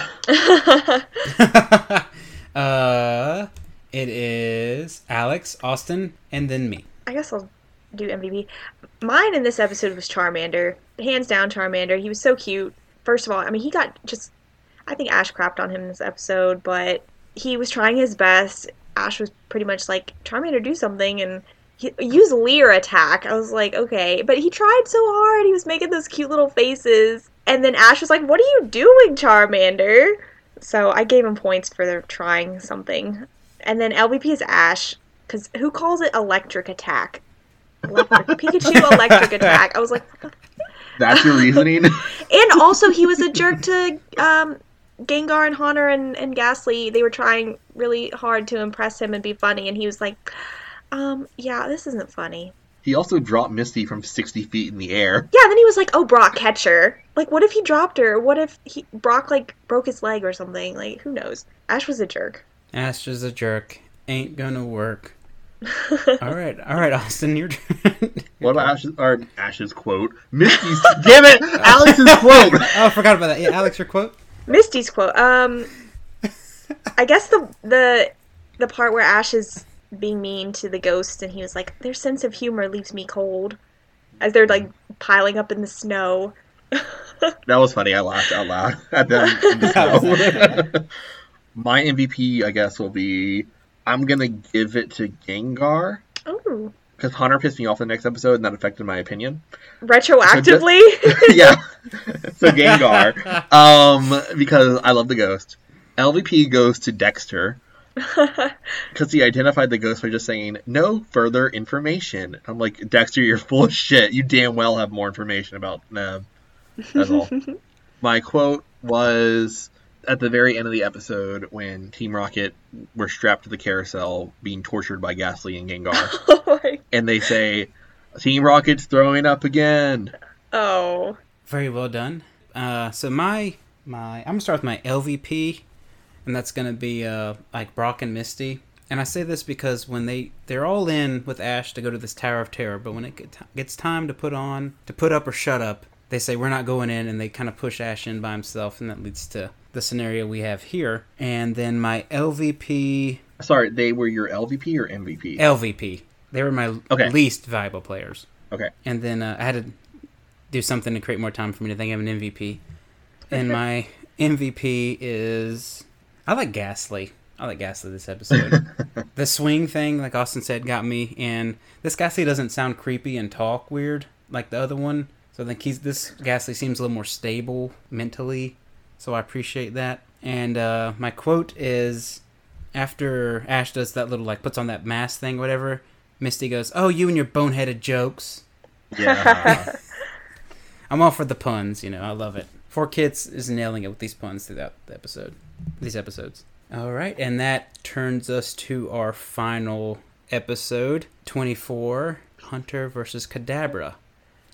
[SPEAKER 2] Uh, it is Alex, Austin, and then me.
[SPEAKER 4] I guess I'll do MVP. Mine in this episode was Charmander, hands down. Charmander. He was so cute. First of all, I mean, he got just. I think Ash crapped on him in this episode, but he was trying his best. Ash was pretty much like Charmander, do something, and he use Leer attack. I was like, okay, but he tried so hard. He was making those cute little faces, and then Ash was like, "What are you doing, Charmander?" So I gave him points for their trying something. And then LVP is Ash, because who calls it electric attack? Electric, Pikachu electric attack. I was like,
[SPEAKER 3] That's your reasoning.
[SPEAKER 4] and also he was a jerk to um, Gengar and Haunter and, and Ghastly. They were trying really hard to impress him and be funny, and he was like, um, yeah, this isn't funny.
[SPEAKER 3] he also dropped Misty from 60 feet in the air.
[SPEAKER 4] Yeah, then he was like, oh, Brock, catch her. Like, what if he dropped her? What if he Brock like broke his leg or something? Like, who knows? Ash was a jerk.
[SPEAKER 2] Ash is a jerk. Ain't gonna work. all right, all right, Austin, your turn.
[SPEAKER 3] What about Ash's, or Ash's quote? Misty's. damn it! Alex's quote!
[SPEAKER 2] oh, I forgot about that. Yeah, Alex, your quote.
[SPEAKER 4] Misty's quote. Um, I guess the the the part where Ash is being mean to the ghost, and he was like, "Their sense of humor leaves me cold," as they're like piling up in the snow.
[SPEAKER 3] That was funny. I laughed out loud at Oh, them. My MVP, I guess, will be I'm going to give it to Gengar.
[SPEAKER 4] Oh,
[SPEAKER 3] Because Hunter pissed me off the next episode, and that affected my opinion.
[SPEAKER 4] retroactively.
[SPEAKER 3] yeah. So Gengar. Um, because I love the ghost. LVP goes to Dexter because he identified the ghost by just saying no further information. I'm like Dexter, you're full of shit. You damn well have more information about them. That's all. My quote was at the very end of the episode when Team Rocket were strapped to the carousel, being tortured by Ghastly and Gengar,
[SPEAKER 4] oh, my-
[SPEAKER 3] and they say, "Team Rocket's throwing up again."
[SPEAKER 4] oh,
[SPEAKER 2] Very well done. Uh, so my my I'm gonna start with my LVP, and that's gonna be uh like Brock and Misty. And I say this because when they they're all in with Ash to go to this Tower of Terror, but when it get- gets time to put on to put up or shut up, they say we're not going in, and they kind of push Ash in by himself, and that leads to the scenario we have here. And then my LVP
[SPEAKER 3] Sorry, they were your LVP or MVP?
[SPEAKER 2] LVP they were my
[SPEAKER 3] Okay.
[SPEAKER 2] least viable players.
[SPEAKER 3] okay.
[SPEAKER 2] and then uh, I had to do something to create more time for me to think of an MVP. And my MVP is I like Ghastly. I like Ghastly this episode. the swing thing, like Austin said, got me. And this Ghastly doesn't sound creepy and talk weird like the other one. So I think he's this Ghastly seems a little more stable mentally. So I appreciate that. And uh, my quote is after Ash does that little like puts on that mask thing, whatever. Misty goes, "Oh, you and your boneheaded jokes."
[SPEAKER 3] Yeah.
[SPEAKER 2] I'm all for the puns, you know. I love it. Four Kids is nailing it with these puns throughout the episode. These episodes. All right, and that turns us to our final episode, 24, Hunter versus Kadabra.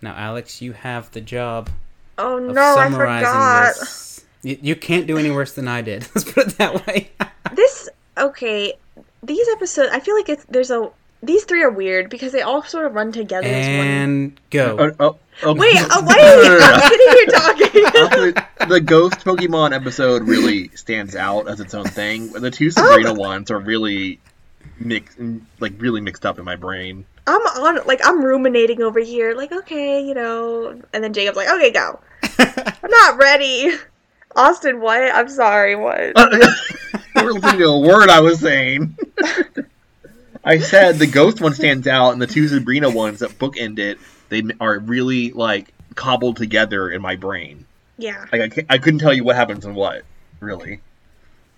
[SPEAKER 2] Now, Alex, you have the job
[SPEAKER 4] Oh
[SPEAKER 2] of
[SPEAKER 4] no, I
[SPEAKER 2] summarizing
[SPEAKER 4] forgot.
[SPEAKER 2] this. You, you can't do any worse than I did. Let's put it that way.
[SPEAKER 4] This okay. These episodes, I feel like it's there's a these three are weird because they all sort of run together as
[SPEAKER 2] and go.
[SPEAKER 3] oh, oh, oh.
[SPEAKER 4] one. Wait, oh, wait!
[SPEAKER 3] no, no, no.
[SPEAKER 4] I'm sitting here talking.
[SPEAKER 3] the, the ghost Pokemon episode really stands out as its own thing. The two Sabrina ones are really mixed, like really mixed up in my brain.
[SPEAKER 4] I'm on like I'm ruminating over here, like okay, you know, and then Jacob's like, okay, go. I'm not ready. Austin, what? I'm sorry, what?
[SPEAKER 3] you were listening to a word I was saying. I said the ghost one stands out, and the two Sabrina ones that bookend it, they are really like cobbled together in my brain.
[SPEAKER 4] yeah,
[SPEAKER 3] Like I, can't, I couldn't tell you what happens and what, really.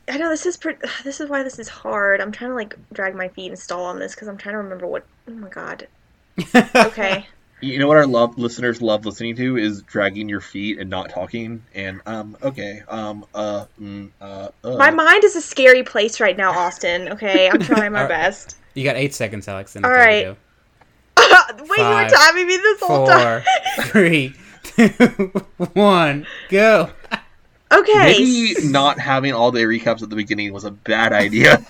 [SPEAKER 4] I know this is pre- this is why this is hard. I'm trying to like drag my feet and stall on this because I'm trying to remember what. Oh my god. Okay.
[SPEAKER 3] You know what our love listeners love listening to is dragging your feet and not talking. And um, okay, um, uh, mm, uh, uh.
[SPEAKER 4] My mind is a scary place right now, Austin. Okay, I'm trying my best.
[SPEAKER 2] You got eight seconds, Alex. Then
[SPEAKER 4] All
[SPEAKER 2] it's over to
[SPEAKER 4] right.
[SPEAKER 2] you.
[SPEAKER 4] Wait, you were
[SPEAKER 2] Five,
[SPEAKER 4] timing me this whole time.
[SPEAKER 2] Four, three, two, one, go.
[SPEAKER 4] Okay.
[SPEAKER 3] Maybe not having all the recaps at the beginning was a bad idea.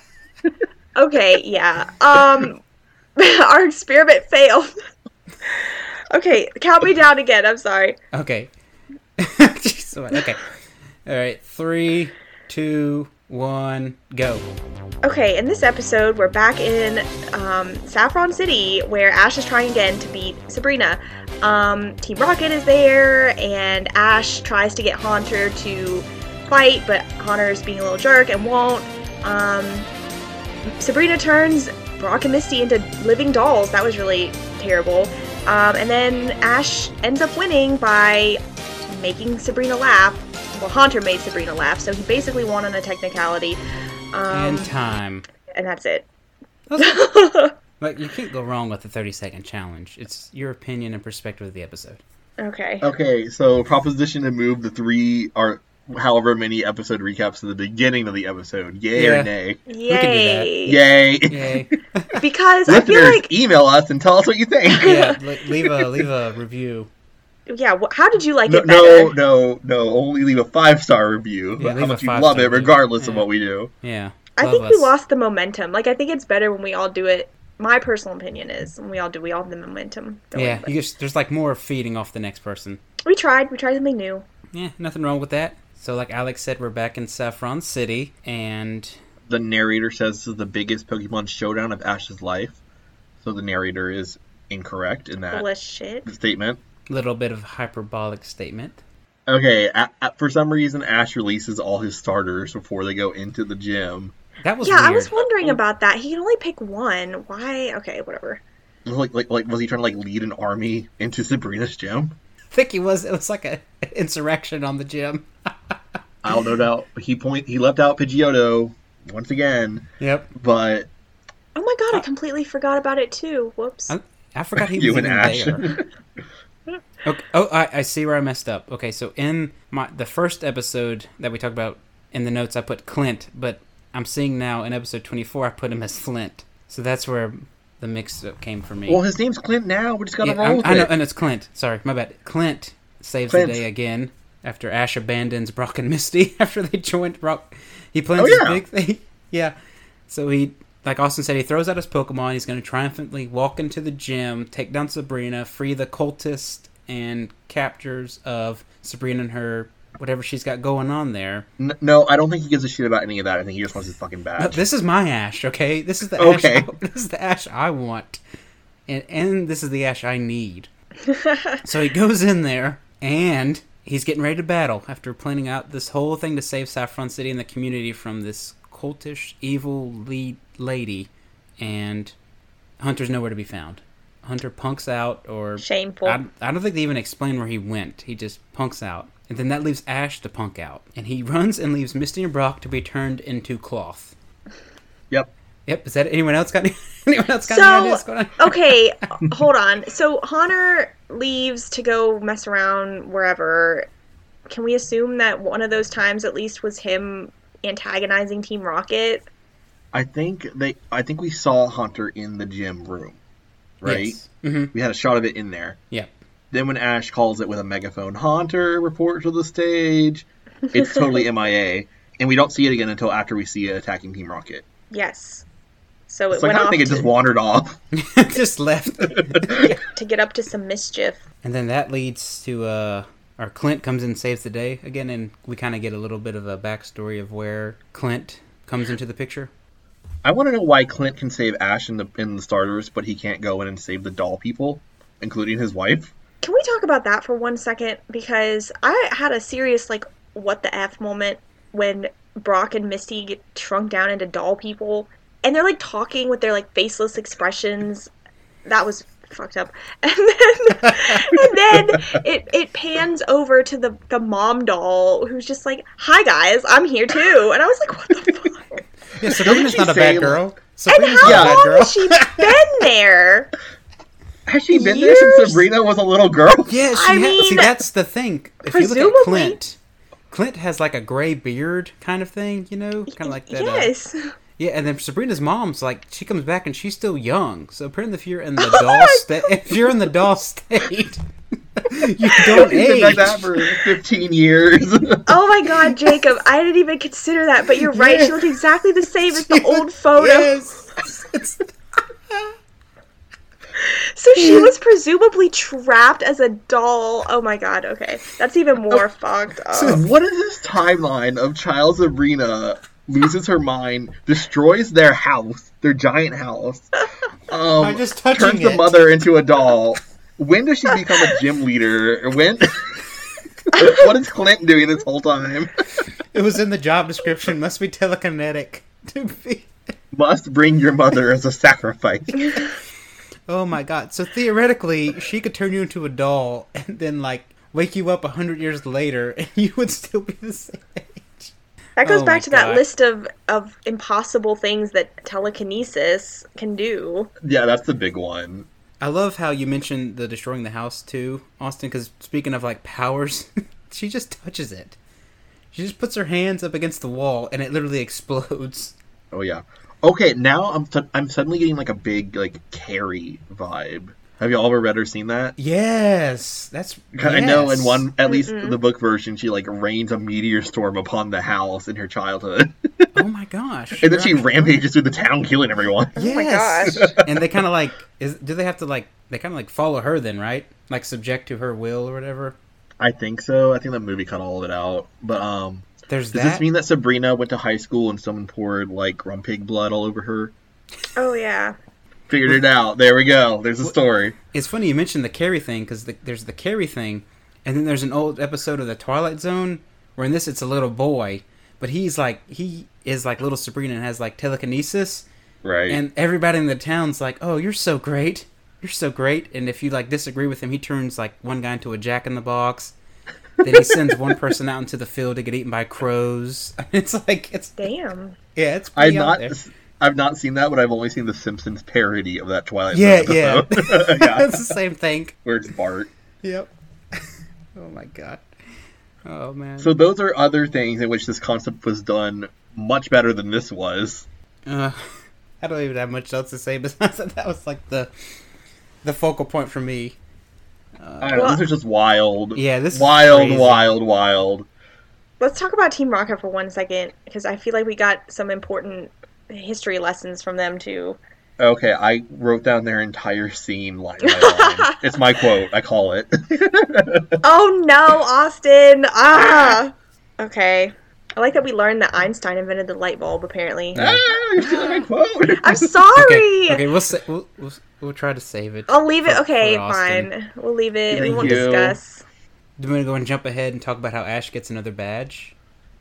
[SPEAKER 4] Okay, yeah. Um, our experiment failed. okay, count me down again. I'm sorry.
[SPEAKER 2] Okay. Jeez, all right, okay. All right. Three, two, one, go.
[SPEAKER 4] Okay, in this episode, we're back in um, Saffron City, where Ash is trying again to beat Sabrina. Um, Team Rocket is there, and Ash tries to get Haunter to fight, but Haunter is being a little jerk and won't. Um, Sabrina turns Brock and Misty into living dolls. That was really terrible. Um, and then Ash ends up winning by making Sabrina laugh. Well, Haunter made Sabrina laugh, so he basically won on a technicality. Um,
[SPEAKER 2] and time.
[SPEAKER 4] and that's it.
[SPEAKER 2] Like you can't go wrong with the thirty-second challenge. It's your opinion and perspective of the episode.
[SPEAKER 4] Okay.
[SPEAKER 3] okay, so proposition to move the three are however many episode recaps to the beginning of the episode. Yay
[SPEAKER 2] Yeah.
[SPEAKER 3] or nay?
[SPEAKER 4] Yay.
[SPEAKER 3] Yay!
[SPEAKER 2] Yay!
[SPEAKER 4] Because I feel
[SPEAKER 3] Listeners,
[SPEAKER 4] like
[SPEAKER 3] email us and tell us what you think.
[SPEAKER 2] yeah, li- leave a leave a review.
[SPEAKER 4] yeah, wh- how did you like
[SPEAKER 3] e- No,
[SPEAKER 4] it better?
[SPEAKER 3] no, no, no! Only leave a five star review.
[SPEAKER 2] Yeah,
[SPEAKER 3] about
[SPEAKER 2] leave
[SPEAKER 3] how
[SPEAKER 2] a
[SPEAKER 3] much you
[SPEAKER 2] five-star
[SPEAKER 3] love it,
[SPEAKER 2] review.
[SPEAKER 3] regardless of
[SPEAKER 2] Yeah.
[SPEAKER 3] what we do.
[SPEAKER 2] Yeah,
[SPEAKER 4] I
[SPEAKER 2] love
[SPEAKER 4] think we
[SPEAKER 2] us.
[SPEAKER 4] lost the momentum. Like I think it's better when we all do it. My personal opinion is when we all do we all have the momentum. going,
[SPEAKER 2] Yeah,
[SPEAKER 4] but-
[SPEAKER 2] you just, there's like more feeding off the next person.
[SPEAKER 4] We tried, we tried something new.
[SPEAKER 2] Yeah, nothing wrong with that. So, like Alex said, we're back in Saffron City, and
[SPEAKER 3] The narrator says this is the biggest Pokemon showdown of Ash's life, so the narrator is incorrect in that
[SPEAKER 4] Bless shit.
[SPEAKER 3] statement.
[SPEAKER 2] a little bit of hyperbolic statement.
[SPEAKER 3] Okay, a- a- for some reason, Ash releases all his starters before they go into the gym.
[SPEAKER 2] That was
[SPEAKER 4] Yeah,
[SPEAKER 2] Weird.
[SPEAKER 4] I was wondering
[SPEAKER 3] Oh.
[SPEAKER 4] about that. He can only pick one. Why? Okay, whatever.
[SPEAKER 3] Like, like, like, was he trying to like lead an army into Sabrina's gym?
[SPEAKER 2] think he was. It was like a insurrection on the gym.
[SPEAKER 3] I don't know. doubt- He point he left out Pidgeotto once again,
[SPEAKER 2] Yep.
[SPEAKER 3] but
[SPEAKER 4] Oh my
[SPEAKER 2] Uh,
[SPEAKER 4] god, I completely forgot about it too. Whoops.
[SPEAKER 2] I, I forgot he was
[SPEAKER 3] You
[SPEAKER 2] even
[SPEAKER 3] and Ash.
[SPEAKER 2] there. okay, oh, I, I see where I messed up. Okay, so in my the first episode that we talked about in the notes, I put Clint, but I'm seeing now in episode 24, I put him as Flint. So that's where the mix-up came for me.
[SPEAKER 3] well, his name's Clint now. We just gotta
[SPEAKER 2] Yeah,
[SPEAKER 3] roll
[SPEAKER 2] I'm-
[SPEAKER 3] with
[SPEAKER 2] I know,
[SPEAKER 3] it.
[SPEAKER 2] and it's Clint. Sorry, my bad. Clint saves
[SPEAKER 3] Clint.
[SPEAKER 2] the day again after Ash abandons Brock and Misty after they joined Brock. He plans
[SPEAKER 3] Oh,
[SPEAKER 2] his
[SPEAKER 3] yeah.
[SPEAKER 2] big thing. yeah. So he, like Austin said, he throws out his Pokemon. He's going to triumphantly walk into the gym, take down Sabrina, free the cultist, and captures of Sabrina and her whatever she's got going on there.
[SPEAKER 3] N- no, I don't think he gives a shit about any of that. I think he just wants his fucking
[SPEAKER 2] Uh,
[SPEAKER 3] badge.
[SPEAKER 2] This is my Ash, okay? This is the
[SPEAKER 3] Okay.
[SPEAKER 2] Ash. I, this is the Ash I want, and and this is the Ash I need. so he goes in there, and he's getting ready to battle after planning out this whole thing to save Saffron City and the community from this cultish, evil lead lady, and Hunter's nowhere to be found. Hunter punks out, or
[SPEAKER 4] Shameful.
[SPEAKER 2] I, I don't think they even explain where he went. He just punks out. And then that leaves Ash to punk out. And he runs and leaves Misty and Brock to be turned into cloth.
[SPEAKER 3] Yep.
[SPEAKER 2] Yep. Is that anyone else got any, anyone else got any ideas
[SPEAKER 4] so
[SPEAKER 2] going on?
[SPEAKER 4] okay hold on so Hunter leaves to go mess around wherever can we assume that one of those times at least was him antagonizing team rocket
[SPEAKER 3] I think they. I think we saw Hunter in the gym room, right?
[SPEAKER 2] hmm
[SPEAKER 3] We had a shot of it in there.
[SPEAKER 2] Yep.
[SPEAKER 3] Then when Ash calls it with a megaphone, Haunter, report to the stage. It's totally MIA, and we don't see it again until after we see it attacking Team Rocket.
[SPEAKER 4] yes so it
[SPEAKER 3] So
[SPEAKER 4] went
[SPEAKER 3] I kind of
[SPEAKER 4] off
[SPEAKER 3] think
[SPEAKER 4] to,
[SPEAKER 3] it just wandered off.
[SPEAKER 2] just left.
[SPEAKER 4] to get up to some mischief
[SPEAKER 2] And then that leads to uh our Clint comes in and saves the day again and we kinda get a little bit of a backstory of where Clint comes into the picture.
[SPEAKER 3] I want to know why Clint can save Ash in the in the starters, but he can't go in and save the doll people, including his wife.
[SPEAKER 4] can we talk about that for one second because i had a serious like what the f moment when brock and misty get shrunk down into doll people and they're like talking with their like faceless expressions that was fucked up and then, and then it, it pans over to the, the mom doll who's just like hi guys i'm here too and i was like what the fuck
[SPEAKER 2] Yeah, Sabrina's
[SPEAKER 3] she
[SPEAKER 2] not a
[SPEAKER 3] say,
[SPEAKER 2] bad girl.
[SPEAKER 4] and
[SPEAKER 2] Sabrina's
[SPEAKER 4] how
[SPEAKER 2] not a bad
[SPEAKER 4] long
[SPEAKER 2] girl.
[SPEAKER 4] has she been there
[SPEAKER 3] Has she been there since
[SPEAKER 4] Years?
[SPEAKER 3] Sabrina was a little girl?
[SPEAKER 2] Yeah, she
[SPEAKER 4] I
[SPEAKER 2] ha- see
[SPEAKER 4] mean,
[SPEAKER 2] that's the thing. If you look
[SPEAKER 4] presumably-
[SPEAKER 2] at Clint, Clint has like a gray beard kind of thing, you know, kind of like that. uh,
[SPEAKER 4] yes
[SPEAKER 2] yeah, and then Sabrina's mom's like she comes back and she's still young. So apparently, if you're in the doll state, if you're in the doll state, you don't
[SPEAKER 3] He's been like
[SPEAKER 2] age.
[SPEAKER 3] that for 15 years.
[SPEAKER 4] Oh my god, Jacob, I didn't even consider that, but you're right. She looked exactly the same as the old photo.
[SPEAKER 2] Yes. It's-
[SPEAKER 4] So she was presumably trapped as a doll. Oh my god, okay. That's even more fucked up.
[SPEAKER 3] what is this timeline of child Sabrina loses her mind, destroys their house, their giant house, um,
[SPEAKER 2] I'm just touching
[SPEAKER 3] turns the
[SPEAKER 2] it.
[SPEAKER 3] mother into a doll? When does she become a gym leader? When? what is Clint doing this whole time?
[SPEAKER 2] it was in the job description. Must be telekinetic to be.
[SPEAKER 3] Must bring your mother as a sacrifice.
[SPEAKER 2] Oh my god. So theoretically, she could turn you into a doll and then like wake you up a hundred years later and you would still be the same age.
[SPEAKER 4] That goes
[SPEAKER 2] Oh my
[SPEAKER 4] back to that
[SPEAKER 2] God.
[SPEAKER 4] list of, of impossible things that telekinesis can do.
[SPEAKER 3] Yeah, that's the big one.
[SPEAKER 2] I love how you mentioned the destroying the house too, Austin, because speaking of like powers, she just touches it. She just puts her hands up against the wall and it literally explodes.
[SPEAKER 3] Oh yeah. Okay, now I'm su- I'm suddenly getting like a big like Carrie vibe. Have you all ever read or seen that?
[SPEAKER 2] Yes. That's
[SPEAKER 3] I know in
[SPEAKER 2] yes.
[SPEAKER 3] one at least the book version she like rains a meteor storm upon the house in her childhood.
[SPEAKER 2] Oh my gosh.
[SPEAKER 3] and then she
[SPEAKER 2] You're-
[SPEAKER 3] rampages through the town killing everyone.
[SPEAKER 2] Yes.
[SPEAKER 4] Oh my
[SPEAKER 2] and they kind of like is, do they have to like they kind of like follow her then, right? Like subject to her will or whatever.
[SPEAKER 3] I think so. I think that movie cut all of it out. But um
[SPEAKER 2] There's
[SPEAKER 3] does
[SPEAKER 2] that.
[SPEAKER 3] this mean that Sabrina went to high school and someone poured like rumpig blood all over her?
[SPEAKER 4] Oh yeah.
[SPEAKER 3] Figured it out. There we go. There's a story.
[SPEAKER 2] It's funny you mentioned the Carrie thing because the, there's the Carrie thing, and then there's an old episode of the Twilight Zone where in this it's a little boy, but he's like he is like little Sabrina and has like telekinesis,
[SPEAKER 3] Right.
[SPEAKER 2] and everybody in the town's like, "Oh, you're so great, you're so great," and if you like disagree with him, he turns like one guy into a jack in the box. then he sends one person out into the field to get eaten by crows. It's like it's
[SPEAKER 4] Damn.
[SPEAKER 2] yeah, it's
[SPEAKER 3] I've
[SPEAKER 2] pretty out
[SPEAKER 3] not
[SPEAKER 2] there.
[SPEAKER 3] I've not seen that, but I've only seen the Simpsons parody of that Twilight
[SPEAKER 2] Yeah,
[SPEAKER 3] Zone
[SPEAKER 2] yeah,
[SPEAKER 3] episode.
[SPEAKER 2] it's the same thing.
[SPEAKER 3] Where it's Bart.
[SPEAKER 2] Yep. oh my god. Oh man.
[SPEAKER 3] So those are other things in which this concept was done much better than this was.
[SPEAKER 2] Uh, I don't even have much else to say besides that. That was like the the focal point for me.
[SPEAKER 3] I don't know. This is just wild.
[SPEAKER 2] Yeah, this is
[SPEAKER 3] wild,
[SPEAKER 2] crazy.
[SPEAKER 3] wild, wild.
[SPEAKER 4] Let's talk about Team Rocket for one second because I feel like we got some important history lessons from them too.
[SPEAKER 3] Okay, I wrote down their entire scene line by line. it's my quote. I call it.
[SPEAKER 4] Oh no, Austin! Ah, okay. I like that we learned that Einstein invented the light bulb. Apparently,
[SPEAKER 3] ah, you're stealing my quote.
[SPEAKER 4] I'm sorry.
[SPEAKER 2] Okay, okay, we'll, sa- we'll we'll we'll try to save it.
[SPEAKER 4] I'll leave it.
[SPEAKER 2] for-
[SPEAKER 4] Okay,
[SPEAKER 2] for Austin.
[SPEAKER 4] fine. We'll leave it. we
[SPEAKER 3] Thank
[SPEAKER 4] won't
[SPEAKER 3] you.
[SPEAKER 4] discuss.
[SPEAKER 2] Do we want to go and jump ahead and talk about how Ash gets another badge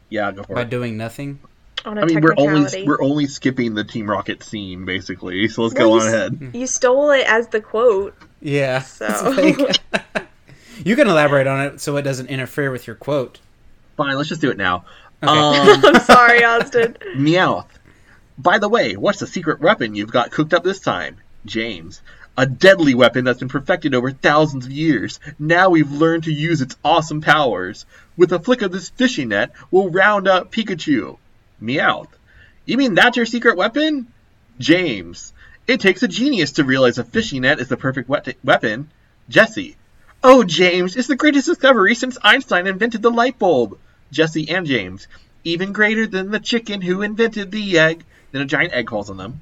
[SPEAKER 3] Yeah, go for
[SPEAKER 2] by
[SPEAKER 3] it.
[SPEAKER 2] doing nothing?
[SPEAKER 4] On a
[SPEAKER 3] I mean, we're only
[SPEAKER 4] technicality.
[SPEAKER 3] we're only skipping the Team Rocket scene basically. So let's
[SPEAKER 4] Well,
[SPEAKER 3] go on
[SPEAKER 4] you s-
[SPEAKER 3] ahead.
[SPEAKER 4] You stole it as the quote.
[SPEAKER 2] Yeah.
[SPEAKER 4] So-
[SPEAKER 2] It's like- you can elaborate on it so it doesn't interfere with your quote.
[SPEAKER 3] Fine, let's just do it now.
[SPEAKER 2] Okay.
[SPEAKER 3] Um,
[SPEAKER 4] I'm sorry, Austin.
[SPEAKER 3] Meowth. By the way, what's the secret weapon you've got cooked up this time? James. A deadly weapon that's been perfected over thousands of years. Now we've learned to use its awesome powers. With a flick of this fishing net, we'll round up Pikachu. Meowth. You mean that's your secret weapon? James. It takes a genius to realize a fishing net is the perfect wet- weapon. Jesse. Oh, James, it's the greatest discovery since Einstein invented the light bulb. Jesse and James. Even greater than the chicken who invented the egg. Then a giant egg falls on them.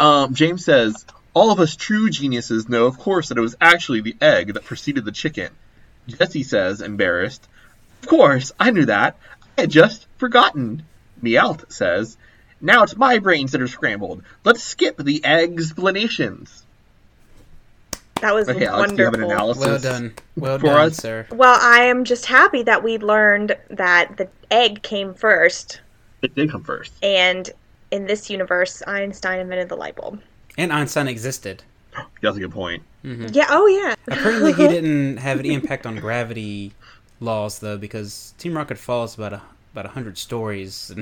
[SPEAKER 3] Um, James says, All of us true geniuses know, of course, that it was actually the egg that preceded the chicken. Jesse says, embarrassed, Of course, I knew that. I had just forgotten. Meowth says, Now it's my brains that are scrambled. Let's skip the explanations.
[SPEAKER 4] That was
[SPEAKER 3] Okay, Alex, do you have an
[SPEAKER 4] wonderful.
[SPEAKER 3] analysis?
[SPEAKER 2] Well done. Well
[SPEAKER 3] For
[SPEAKER 2] done,
[SPEAKER 3] us-
[SPEAKER 2] sir.
[SPEAKER 4] well, I am just happy that we learned that the egg came first,
[SPEAKER 3] It did come first.
[SPEAKER 4] and in this universe, Einstein invented the light bulb.
[SPEAKER 2] And Einstein existed.
[SPEAKER 3] That's a good point.
[SPEAKER 4] Yeah. Oh, yeah.
[SPEAKER 2] Apparently, he didn't have any impact on gravity laws, though, because Team Rocket falls about a, about 100 stories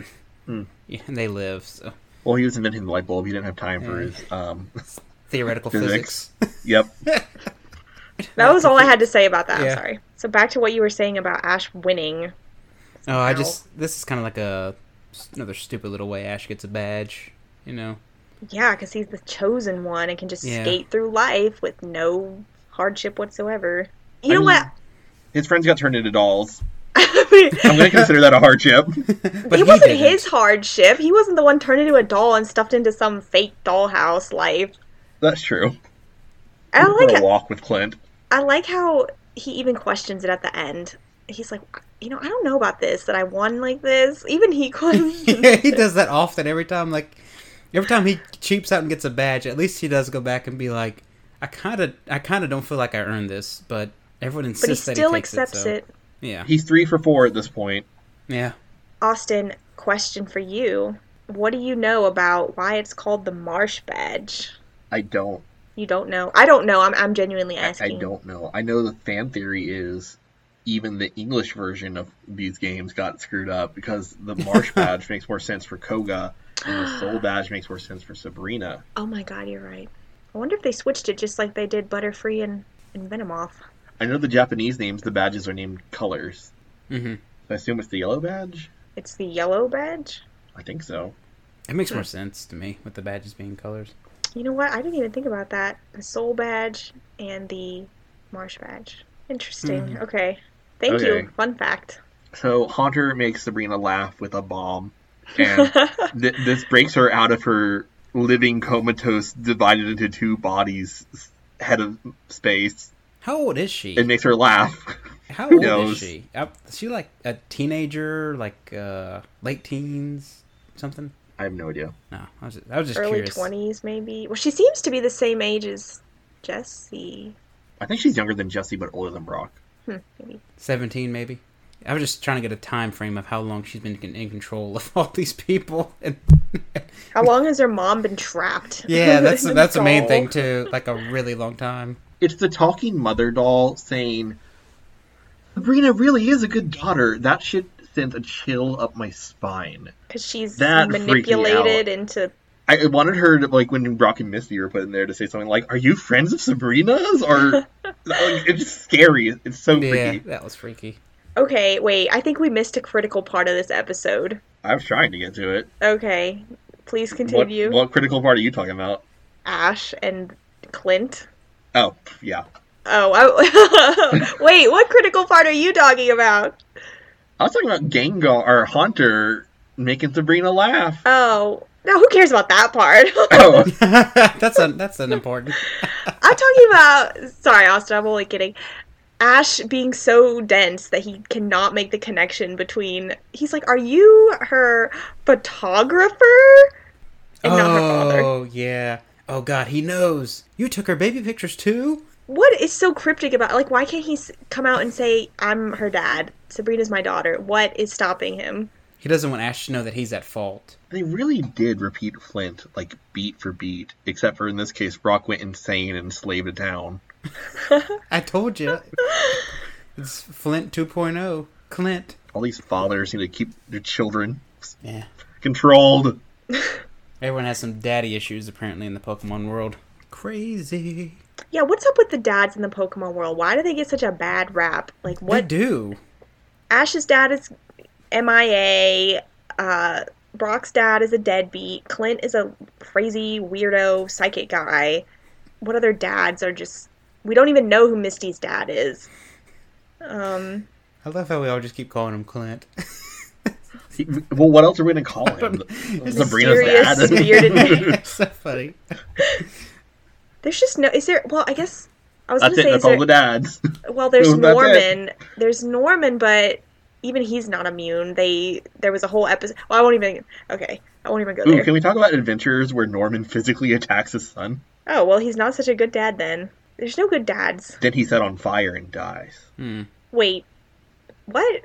[SPEAKER 2] and, yeah, and they live. So,
[SPEAKER 3] Well, he was inventing the light bulb. He didn't have time
[SPEAKER 2] Mm.
[SPEAKER 3] for his. Um,
[SPEAKER 2] theoretical
[SPEAKER 3] Physics.
[SPEAKER 2] physics.
[SPEAKER 3] yep.
[SPEAKER 4] That was all I had to say about that. I'm
[SPEAKER 2] Yeah.
[SPEAKER 4] sorry. So back to what you were saying about Ash winning.
[SPEAKER 2] Oh, I just. This is kind of like a another stupid little way Ash gets a badge, you know?
[SPEAKER 4] Yeah, because he's the chosen one and can just
[SPEAKER 2] Yeah.
[SPEAKER 4] skate through life with no hardship whatsoever. You
[SPEAKER 3] I
[SPEAKER 4] know
[SPEAKER 3] mean-
[SPEAKER 4] what?
[SPEAKER 3] His friends got turned into dolls.
[SPEAKER 4] I mean,
[SPEAKER 3] I'm going to consider that a hardship.
[SPEAKER 2] But he
[SPEAKER 4] it wasn't
[SPEAKER 2] didn't.
[SPEAKER 4] his hardship. He wasn't the one turned into a doll and stuffed into some fake dollhouse life.
[SPEAKER 3] That's true.
[SPEAKER 4] I
[SPEAKER 3] For
[SPEAKER 4] like
[SPEAKER 3] a walk with Clint.
[SPEAKER 4] I like how he even questions it at the end. He's like, you know, I don't know about this that I won like this. Even he questions.
[SPEAKER 2] yeah, he does that often every time. Like every time he cheaps out and gets a badge, at least he does go back and be like, "I kind of, I kind of don't feel like I earned this," but everyone insists
[SPEAKER 4] but he
[SPEAKER 2] that
[SPEAKER 4] still
[SPEAKER 2] he takes
[SPEAKER 4] accepts
[SPEAKER 2] so-
[SPEAKER 4] it.
[SPEAKER 2] Yeah,
[SPEAKER 3] He's three for four at this point.
[SPEAKER 2] yeah.
[SPEAKER 4] Austin, question for you. What do you know about why it's called the Marsh Badge?
[SPEAKER 3] I don't.
[SPEAKER 4] You don't know. I don't know. I'm, I'm genuinely
[SPEAKER 3] I, I
[SPEAKER 4] asking.
[SPEAKER 3] don't know. I know the fan theory is even the English version of these games got screwed up because the Marsh badge makes more sense for Koga and the Soul badge makes more sense for Sabrina.
[SPEAKER 4] Oh my god, you're right. I wonder if they switched it just like they did Butterfree and, and Venomoth.
[SPEAKER 3] I know the Japanese names, the badges are named colors.
[SPEAKER 2] Mm-hmm.
[SPEAKER 3] I assume it's the yellow badge?
[SPEAKER 4] It's the yellow badge?
[SPEAKER 3] I think so.
[SPEAKER 2] It makes more sense to me with the badges being colors.
[SPEAKER 4] You know what? I didn't even think about that. The Soul Badge and the Marsh Badge. Interesting. Okay. Thank
[SPEAKER 3] Hmm. Okay.
[SPEAKER 4] you. Fun fact.
[SPEAKER 3] So Haunter makes Sabrina laugh with a bomb, and th- this breaks her out of her living comatose, divided into two bodies, s- head of space.
[SPEAKER 2] How old is she?
[SPEAKER 3] It makes her laugh.
[SPEAKER 2] How old
[SPEAKER 3] knows?
[SPEAKER 2] is she? Uh, Is she like a teenager, like uh, late teens, something?
[SPEAKER 3] I have no idea.
[SPEAKER 2] No, I was just, I was just
[SPEAKER 4] Early
[SPEAKER 2] curious.
[SPEAKER 4] 20s, maybe. Well, she seems to be the same age as Jesse.
[SPEAKER 3] I think she's younger than Jesse, but older than Brock.
[SPEAKER 4] Hmm, maybe.
[SPEAKER 2] Seventeen, maybe. I was just trying to get a time frame of how long she's been in control of all these people and
[SPEAKER 4] How long has her mom been trapped?
[SPEAKER 2] Yeah, that's
[SPEAKER 4] in a
[SPEAKER 2] that's the main
[SPEAKER 4] doll?
[SPEAKER 2] thing too. Like a really long time.
[SPEAKER 3] It's the talking mother doll saying, "Sabrina really is a good daughter." That shit sent a chill up my spine.
[SPEAKER 4] Because she's
[SPEAKER 3] That freaked me
[SPEAKER 4] manipulated
[SPEAKER 3] out.
[SPEAKER 4] into.
[SPEAKER 3] I I wanted her to like when Brock and Misty were put in there to say something like, "Are you friends of Sabrina's?" Or like, it's scary. It's so
[SPEAKER 2] Yeah,
[SPEAKER 3] freaky.
[SPEAKER 2] that was freaky.
[SPEAKER 4] Okay, wait. I think we missed a critical part of this episode.
[SPEAKER 3] I was trying to get to it.
[SPEAKER 4] Okay, please
[SPEAKER 3] What,
[SPEAKER 4] continue.
[SPEAKER 3] what critical part are you talking about?
[SPEAKER 4] Ash and Clint.
[SPEAKER 3] Oh, yeah.
[SPEAKER 4] Oh, I, wait, what critical part are you talking about?
[SPEAKER 3] I was talking about Gengar or Haunter making Sabrina laugh.
[SPEAKER 4] Oh, no, who cares about that part?
[SPEAKER 3] Oh,
[SPEAKER 2] that's a that's an important.
[SPEAKER 4] I'm talking about. Sorry, Austin, I'm only kidding. Ash being so dense that he cannot make the connection between. He's like, Are you her photographer? And not her father.
[SPEAKER 2] Oh yeah. Oh god, he knows. You took her baby pictures too.
[SPEAKER 4] What is so cryptic about. Like, why can't he s- come out and say, I'm her dad? Sabrina's my daughter. What is stopping him?
[SPEAKER 2] He doesn't want Ash to know that he's at fault.
[SPEAKER 3] they really did repeat Flint like beat for beat, except for in this case, Brock went insane and slaved it down.
[SPEAKER 2] I told you. it's Flint 2.0. Clint.
[SPEAKER 3] All these fathers need to keep their children s-
[SPEAKER 2] Yeah.
[SPEAKER 3] controlled.
[SPEAKER 2] Everyone has some daddy issues apparently in the Pokemon world. Crazy.
[SPEAKER 4] Yeah, what's up with the dads in the Pokemon world? Why do they get such a bad rap? Like,
[SPEAKER 2] What
[SPEAKER 4] what?
[SPEAKER 2] do?
[SPEAKER 4] Ash's dad is MIA. Uh, Brock's dad is a deadbeat. Clint is a crazy weirdo psychic guy. What other dads are just? We don't even know who Misty's dad is. Um,
[SPEAKER 2] I love how we all just keep calling him Clint.
[SPEAKER 3] He- well, what else are we gonna call him? Sabrina's
[SPEAKER 4] Mysterious
[SPEAKER 3] dad.
[SPEAKER 4] bearded.
[SPEAKER 2] it's so funny.
[SPEAKER 4] there's just no. Is there? Well, I guess I was
[SPEAKER 3] That's
[SPEAKER 4] gonna
[SPEAKER 3] it.
[SPEAKER 4] say.
[SPEAKER 3] That's all the
[SPEAKER 4] Is there,
[SPEAKER 3] dads.
[SPEAKER 4] well, there's
[SPEAKER 3] That's it.
[SPEAKER 4] Norman. There's Norman, but even he's not immune. They there was a whole episode. Well, I won't even. Okay, I won't even go
[SPEAKER 3] Ooh,
[SPEAKER 4] there.
[SPEAKER 3] can we talk about adventures where Norman physically attacks his son?
[SPEAKER 4] Oh well, he's not such a good dad then. There's no good dads.
[SPEAKER 3] Then he's set on fire and dies.
[SPEAKER 2] Hmm.
[SPEAKER 4] Wait, what?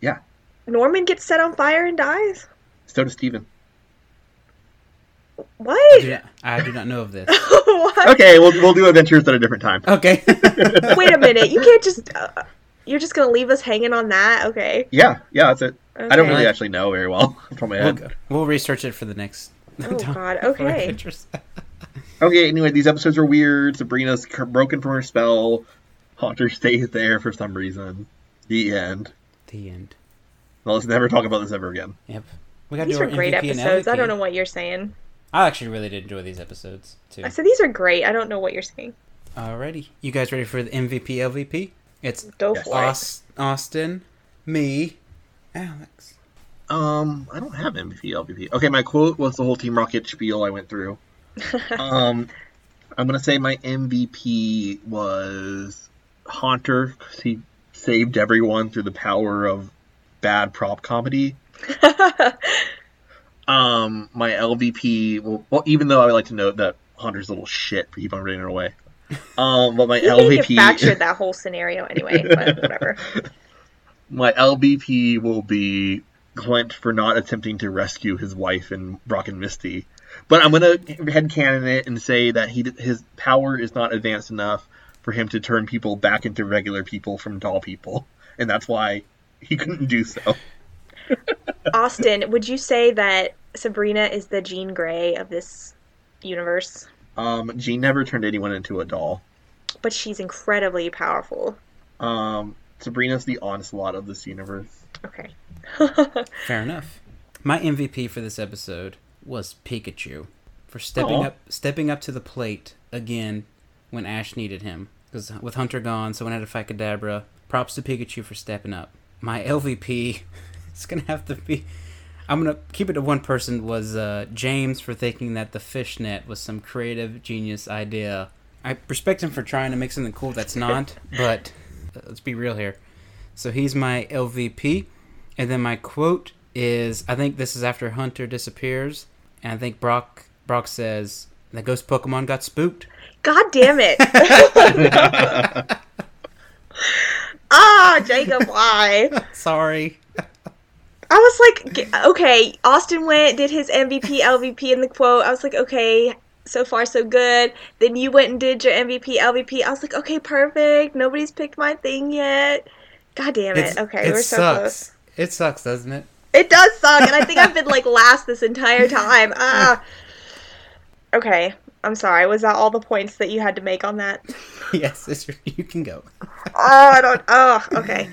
[SPEAKER 3] Yeah,
[SPEAKER 4] Norman gets set on fire and dies?
[SPEAKER 3] so does Steven.
[SPEAKER 2] I
[SPEAKER 4] What?
[SPEAKER 2] do not, I do not know of this.
[SPEAKER 4] what?
[SPEAKER 3] Okay, we'll, we'll do adventures at a different time.
[SPEAKER 2] Okay.
[SPEAKER 4] Wait a minute. You can't just. Uh, you're just gonna leave us hanging on that? Okay.
[SPEAKER 3] Yeah, yeah, that's it. I don't
[SPEAKER 4] Okay.
[SPEAKER 3] really actually know very well from my
[SPEAKER 2] we'll,
[SPEAKER 3] head.
[SPEAKER 2] we'll research it for the next.
[SPEAKER 4] Oh God. Okay.
[SPEAKER 3] Okay, anyway, these episodes are weird. Sabrina's c- broken from her spell. Haunter stays there for some reason. The end.
[SPEAKER 2] the end.
[SPEAKER 3] Well, let's never talk about this ever again.
[SPEAKER 2] Yep. We got to
[SPEAKER 4] These
[SPEAKER 2] do
[SPEAKER 4] were
[SPEAKER 2] our
[SPEAKER 4] great
[SPEAKER 2] MVP and
[SPEAKER 4] episodes. I
[SPEAKER 2] LVP.
[SPEAKER 4] don't know what you're saying.
[SPEAKER 2] I actually really did enjoy these episodes too.
[SPEAKER 4] I said these are great. I don't know what you're saying.
[SPEAKER 2] Alrighty, you guys ready for the MVP LVP? It's
[SPEAKER 4] Go
[SPEAKER 3] Yes.
[SPEAKER 4] for it.
[SPEAKER 2] Aus- Austin, me, Alex.
[SPEAKER 3] Um, I don't have MVP LVP. Okay, my quote was the whole Team Rocket spiel I went through. um, I'm gonna say my MVP was Haunter 'cause he saved everyone through the power of bad prop comedy. um, my LVP. Well, well, even though I would like to note that Haunter's a little shit for keep on running away. Um, but my
[SPEAKER 4] You
[SPEAKER 3] LVP.
[SPEAKER 4] manufactured that whole scenario anyway, but whatever.
[SPEAKER 3] My LBP will be Clint for not attempting to rescue his wife and Brock and Misty. But I'm gonna headcanon it and say that he his power is not advanced enough for him to turn people back into regular people from doll people, and that's why he couldn't do so.
[SPEAKER 4] Austin, would you say that Sabrina is the Jean Grey of this universe?
[SPEAKER 3] Um, Jean never turned anyone into a doll.
[SPEAKER 4] But she's incredibly powerful.
[SPEAKER 3] Um, Sabrina's the onslaught of this universe.
[SPEAKER 4] Okay.
[SPEAKER 2] Fair enough. My MVP for this episode was Pikachu for stepping
[SPEAKER 3] Aw.
[SPEAKER 2] up stepping up to the plate again when Ash needed him. Because with Hunter gone, someone had to fight Kadabra. Props to Pikachu for stepping up. My LVP is gonna have to be. I'm gonna keep it to one person. Was uh, James for thinking that the fishnet was some creative genius idea. I respect him for trying to make something cool that's not, but uh, let's be real here. So he's my LVP. And then my quote is I think this is after Hunter disappears. And I think Brock Brock says the ghost Pokemon got spooked.
[SPEAKER 4] God damn it. ah, Jacob, why?
[SPEAKER 2] Sorry.
[SPEAKER 4] I was like, g- okay, Austin went, did his MVP, LVP in the quote. I was like, okay, so far so good. Then you went and did your MVP, LVP. I was like, okay, perfect. Nobody's picked my thing yet. God damn it. okay,
[SPEAKER 2] it
[SPEAKER 4] we're so close.
[SPEAKER 2] sucks. It sucks, doesn't it?
[SPEAKER 4] It does suck, and I think I've been like last this entire time. Ah. Okay, I'm sorry. Was that all the points that you had to make on that?
[SPEAKER 2] Yes, it's your, you can go.
[SPEAKER 4] Oh, I don't. Oh, okay.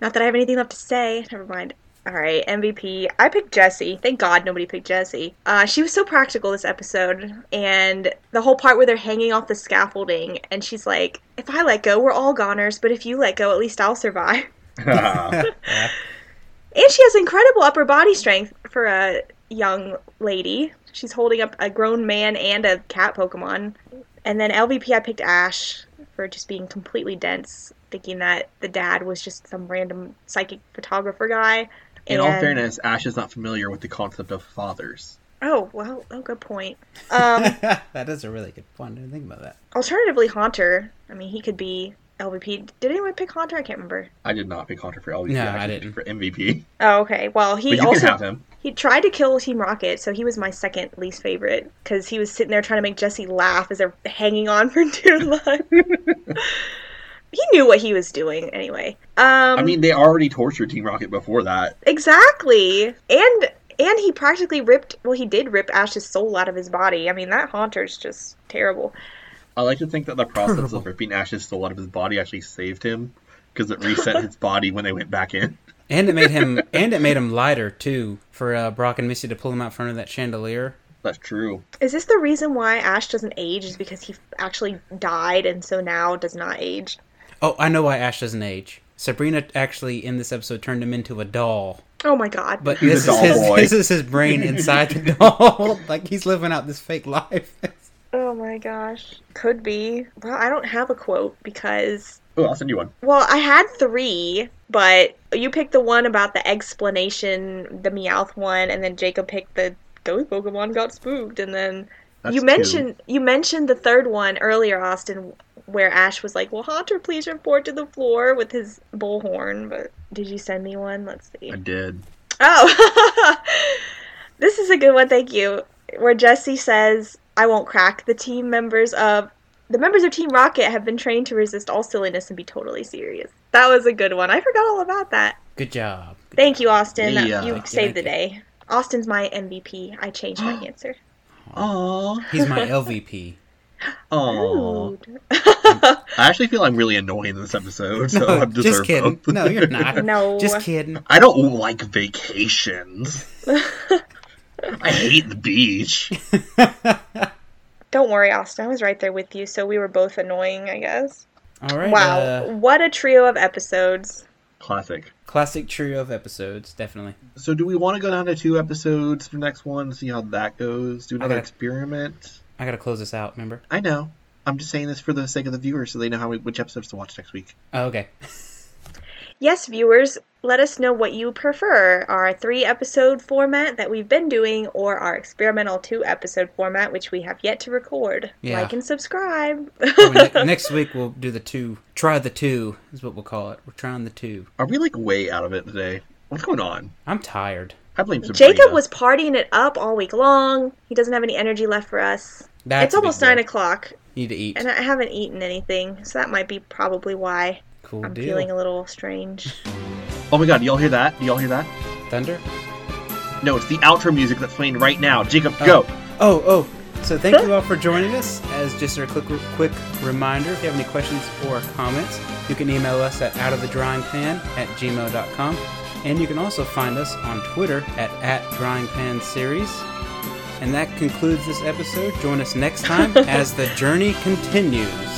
[SPEAKER 4] Not that I have anything left to say. Never mind. All right, MVP. I picked Jessie. Thank God nobody picked Jessie. Uh, she was so practical this episode, and the whole part where they're hanging off the scaffolding, and she's like, "If I let go, we're all goners, but if you let go, at least I'll survive." And she has incredible upper body strength for a young lady. She's holding up a grown man and a cat Pokemon. And then LVP, I picked Ash for just being completely dense, thinking that the dad was just some random psychic photographer guy.
[SPEAKER 3] In all
[SPEAKER 4] And-
[SPEAKER 3] fairness, Ash is not familiar with the concept of fathers.
[SPEAKER 4] Oh, well, oh, good point. Um,
[SPEAKER 2] that is a really good point. I didn't think about that.
[SPEAKER 4] alternatively, Haunter. I mean, he could be LVP. Did anyone pick Haunter? I can't remember.
[SPEAKER 3] I did not pick Hunter for LVP.
[SPEAKER 2] No,
[SPEAKER 3] picked
[SPEAKER 2] I didn't.
[SPEAKER 3] for MVP.
[SPEAKER 4] Oh, okay. Well, he
[SPEAKER 3] But you
[SPEAKER 4] also
[SPEAKER 3] can have him.
[SPEAKER 4] He tried to kill Team Rocket, so he was my second least favorite because he was sitting there trying to make Jesse laugh as they're hanging on for dear life. he knew what he was doing anyway. Um,
[SPEAKER 3] I mean, they already tortured Team Rocket before that.
[SPEAKER 4] exactly, and and he practically ripped. Well, he did rip Ash's soul out of his body. I mean, that Haunter's just terrible.
[SPEAKER 3] I like to think that the process of ripping Ash's soul out of his body actually saved him because it reset his body when they went back in.
[SPEAKER 2] And it made him and it made him lighter too for uh, Brock and Misty to pull him out front of that chandelier.
[SPEAKER 3] That's true.
[SPEAKER 4] Is this the reason why Ash doesn't age? Is because he actually died and so now does not age?
[SPEAKER 2] Oh, I know why Ash doesn't age. Sabrina actually in this episode turned him into a doll.
[SPEAKER 4] Oh my God!
[SPEAKER 2] But
[SPEAKER 3] He's a
[SPEAKER 2] this is
[SPEAKER 3] doll
[SPEAKER 2] his
[SPEAKER 3] boy.
[SPEAKER 2] this is his brain inside the doll. like he's living out this fake life.
[SPEAKER 4] oh my gosh, could be. Well, I don't have a quote because
[SPEAKER 3] Oh, I'll send you one.
[SPEAKER 4] Well, I had three, but you picked the one about the explanation, the Meowth one, and then Jacob picked the ghost Pokemon got spooked, and then
[SPEAKER 3] That's
[SPEAKER 4] you
[SPEAKER 3] two.
[SPEAKER 4] mentioned you mentioned the third one earlier, Austin, where Ash was like, "Well, Haunter, please report to the floor with his bullhorn." But did you send me one? Let's see.
[SPEAKER 3] I did.
[SPEAKER 4] Oh, this is a good one. Thank you. Where Jesse says, "I won't crack." The team members of the members of Team Rocket have been trained to resist all silliness and be totally serious. That was a good one. I forgot all about that.
[SPEAKER 2] Good job. Good
[SPEAKER 4] Thank you, Austin.
[SPEAKER 3] Yeah.
[SPEAKER 4] you
[SPEAKER 2] Thank you,
[SPEAKER 4] saved the
[SPEAKER 2] thank
[SPEAKER 4] day. Austin's my MVP. I changed my answer.
[SPEAKER 3] Aww.
[SPEAKER 2] job. He's my LVP.
[SPEAKER 3] Aww.
[SPEAKER 4] Rude.
[SPEAKER 3] I actually feel I'm really annoying in this episode, so
[SPEAKER 2] No,
[SPEAKER 3] Oh, I'm
[SPEAKER 2] just kidding.
[SPEAKER 3] both.
[SPEAKER 2] No, you're not.
[SPEAKER 4] No.
[SPEAKER 2] Just kidding.
[SPEAKER 3] I don't like vacations. I hate the beach.
[SPEAKER 4] Don't worry, Austin. I was right there with you, so we were both annoying, I guess.
[SPEAKER 2] All right.
[SPEAKER 4] wow,
[SPEAKER 2] Uh,
[SPEAKER 4] what a trio of episodes!
[SPEAKER 3] Classic.
[SPEAKER 2] classic trio of episodes, definitely.
[SPEAKER 3] So, do we want to go down to two episodes for next one, see how that goes? Do another
[SPEAKER 2] Okay.
[SPEAKER 3] experiment?
[SPEAKER 2] I gotta close this out. Remember?
[SPEAKER 3] I know. I'm just saying this for the sake of the viewers, so they know how we, which episodes to watch next week.
[SPEAKER 2] Oh, okay.
[SPEAKER 4] Yes, viewers, let us know what you prefer our three episode format that we've been doing or our experimental two episode format, which we have yet to record.
[SPEAKER 2] Yeah.
[SPEAKER 4] Like and subscribe.
[SPEAKER 2] Oh, ne- next week we'll do the two. Try the two is what we'll call it. We're trying the two.
[SPEAKER 3] Are we like way out of it today? What's going on?
[SPEAKER 2] I'm tired.
[SPEAKER 3] I blame Sabrina.
[SPEAKER 4] Jacob was partying it up all week long. He doesn't have any energy left for us.
[SPEAKER 2] That's
[SPEAKER 4] it's almost nine
[SPEAKER 2] nine
[SPEAKER 4] o'clock,
[SPEAKER 2] Need to eat.
[SPEAKER 4] and I haven't eaten anything, so that might be probably why
[SPEAKER 2] Cool
[SPEAKER 4] I'm
[SPEAKER 2] deal.
[SPEAKER 4] feeling a little strange.
[SPEAKER 3] Oh my god, do y'all hear that? Do y'all hear that?
[SPEAKER 2] Thunder.
[SPEAKER 3] No, it's the outro music that's playing right now. Jacob,
[SPEAKER 2] Oh.
[SPEAKER 3] go!
[SPEAKER 2] Oh, oh. So thank you all for joining us. As just a quick, quick reminder, if you have any questions or comments, you can email us at outofthedryingpan at gmail.com. And you can also find us on Twitter at, at dryingpanseries. And that concludes this episode. Join us next time as the journey continues.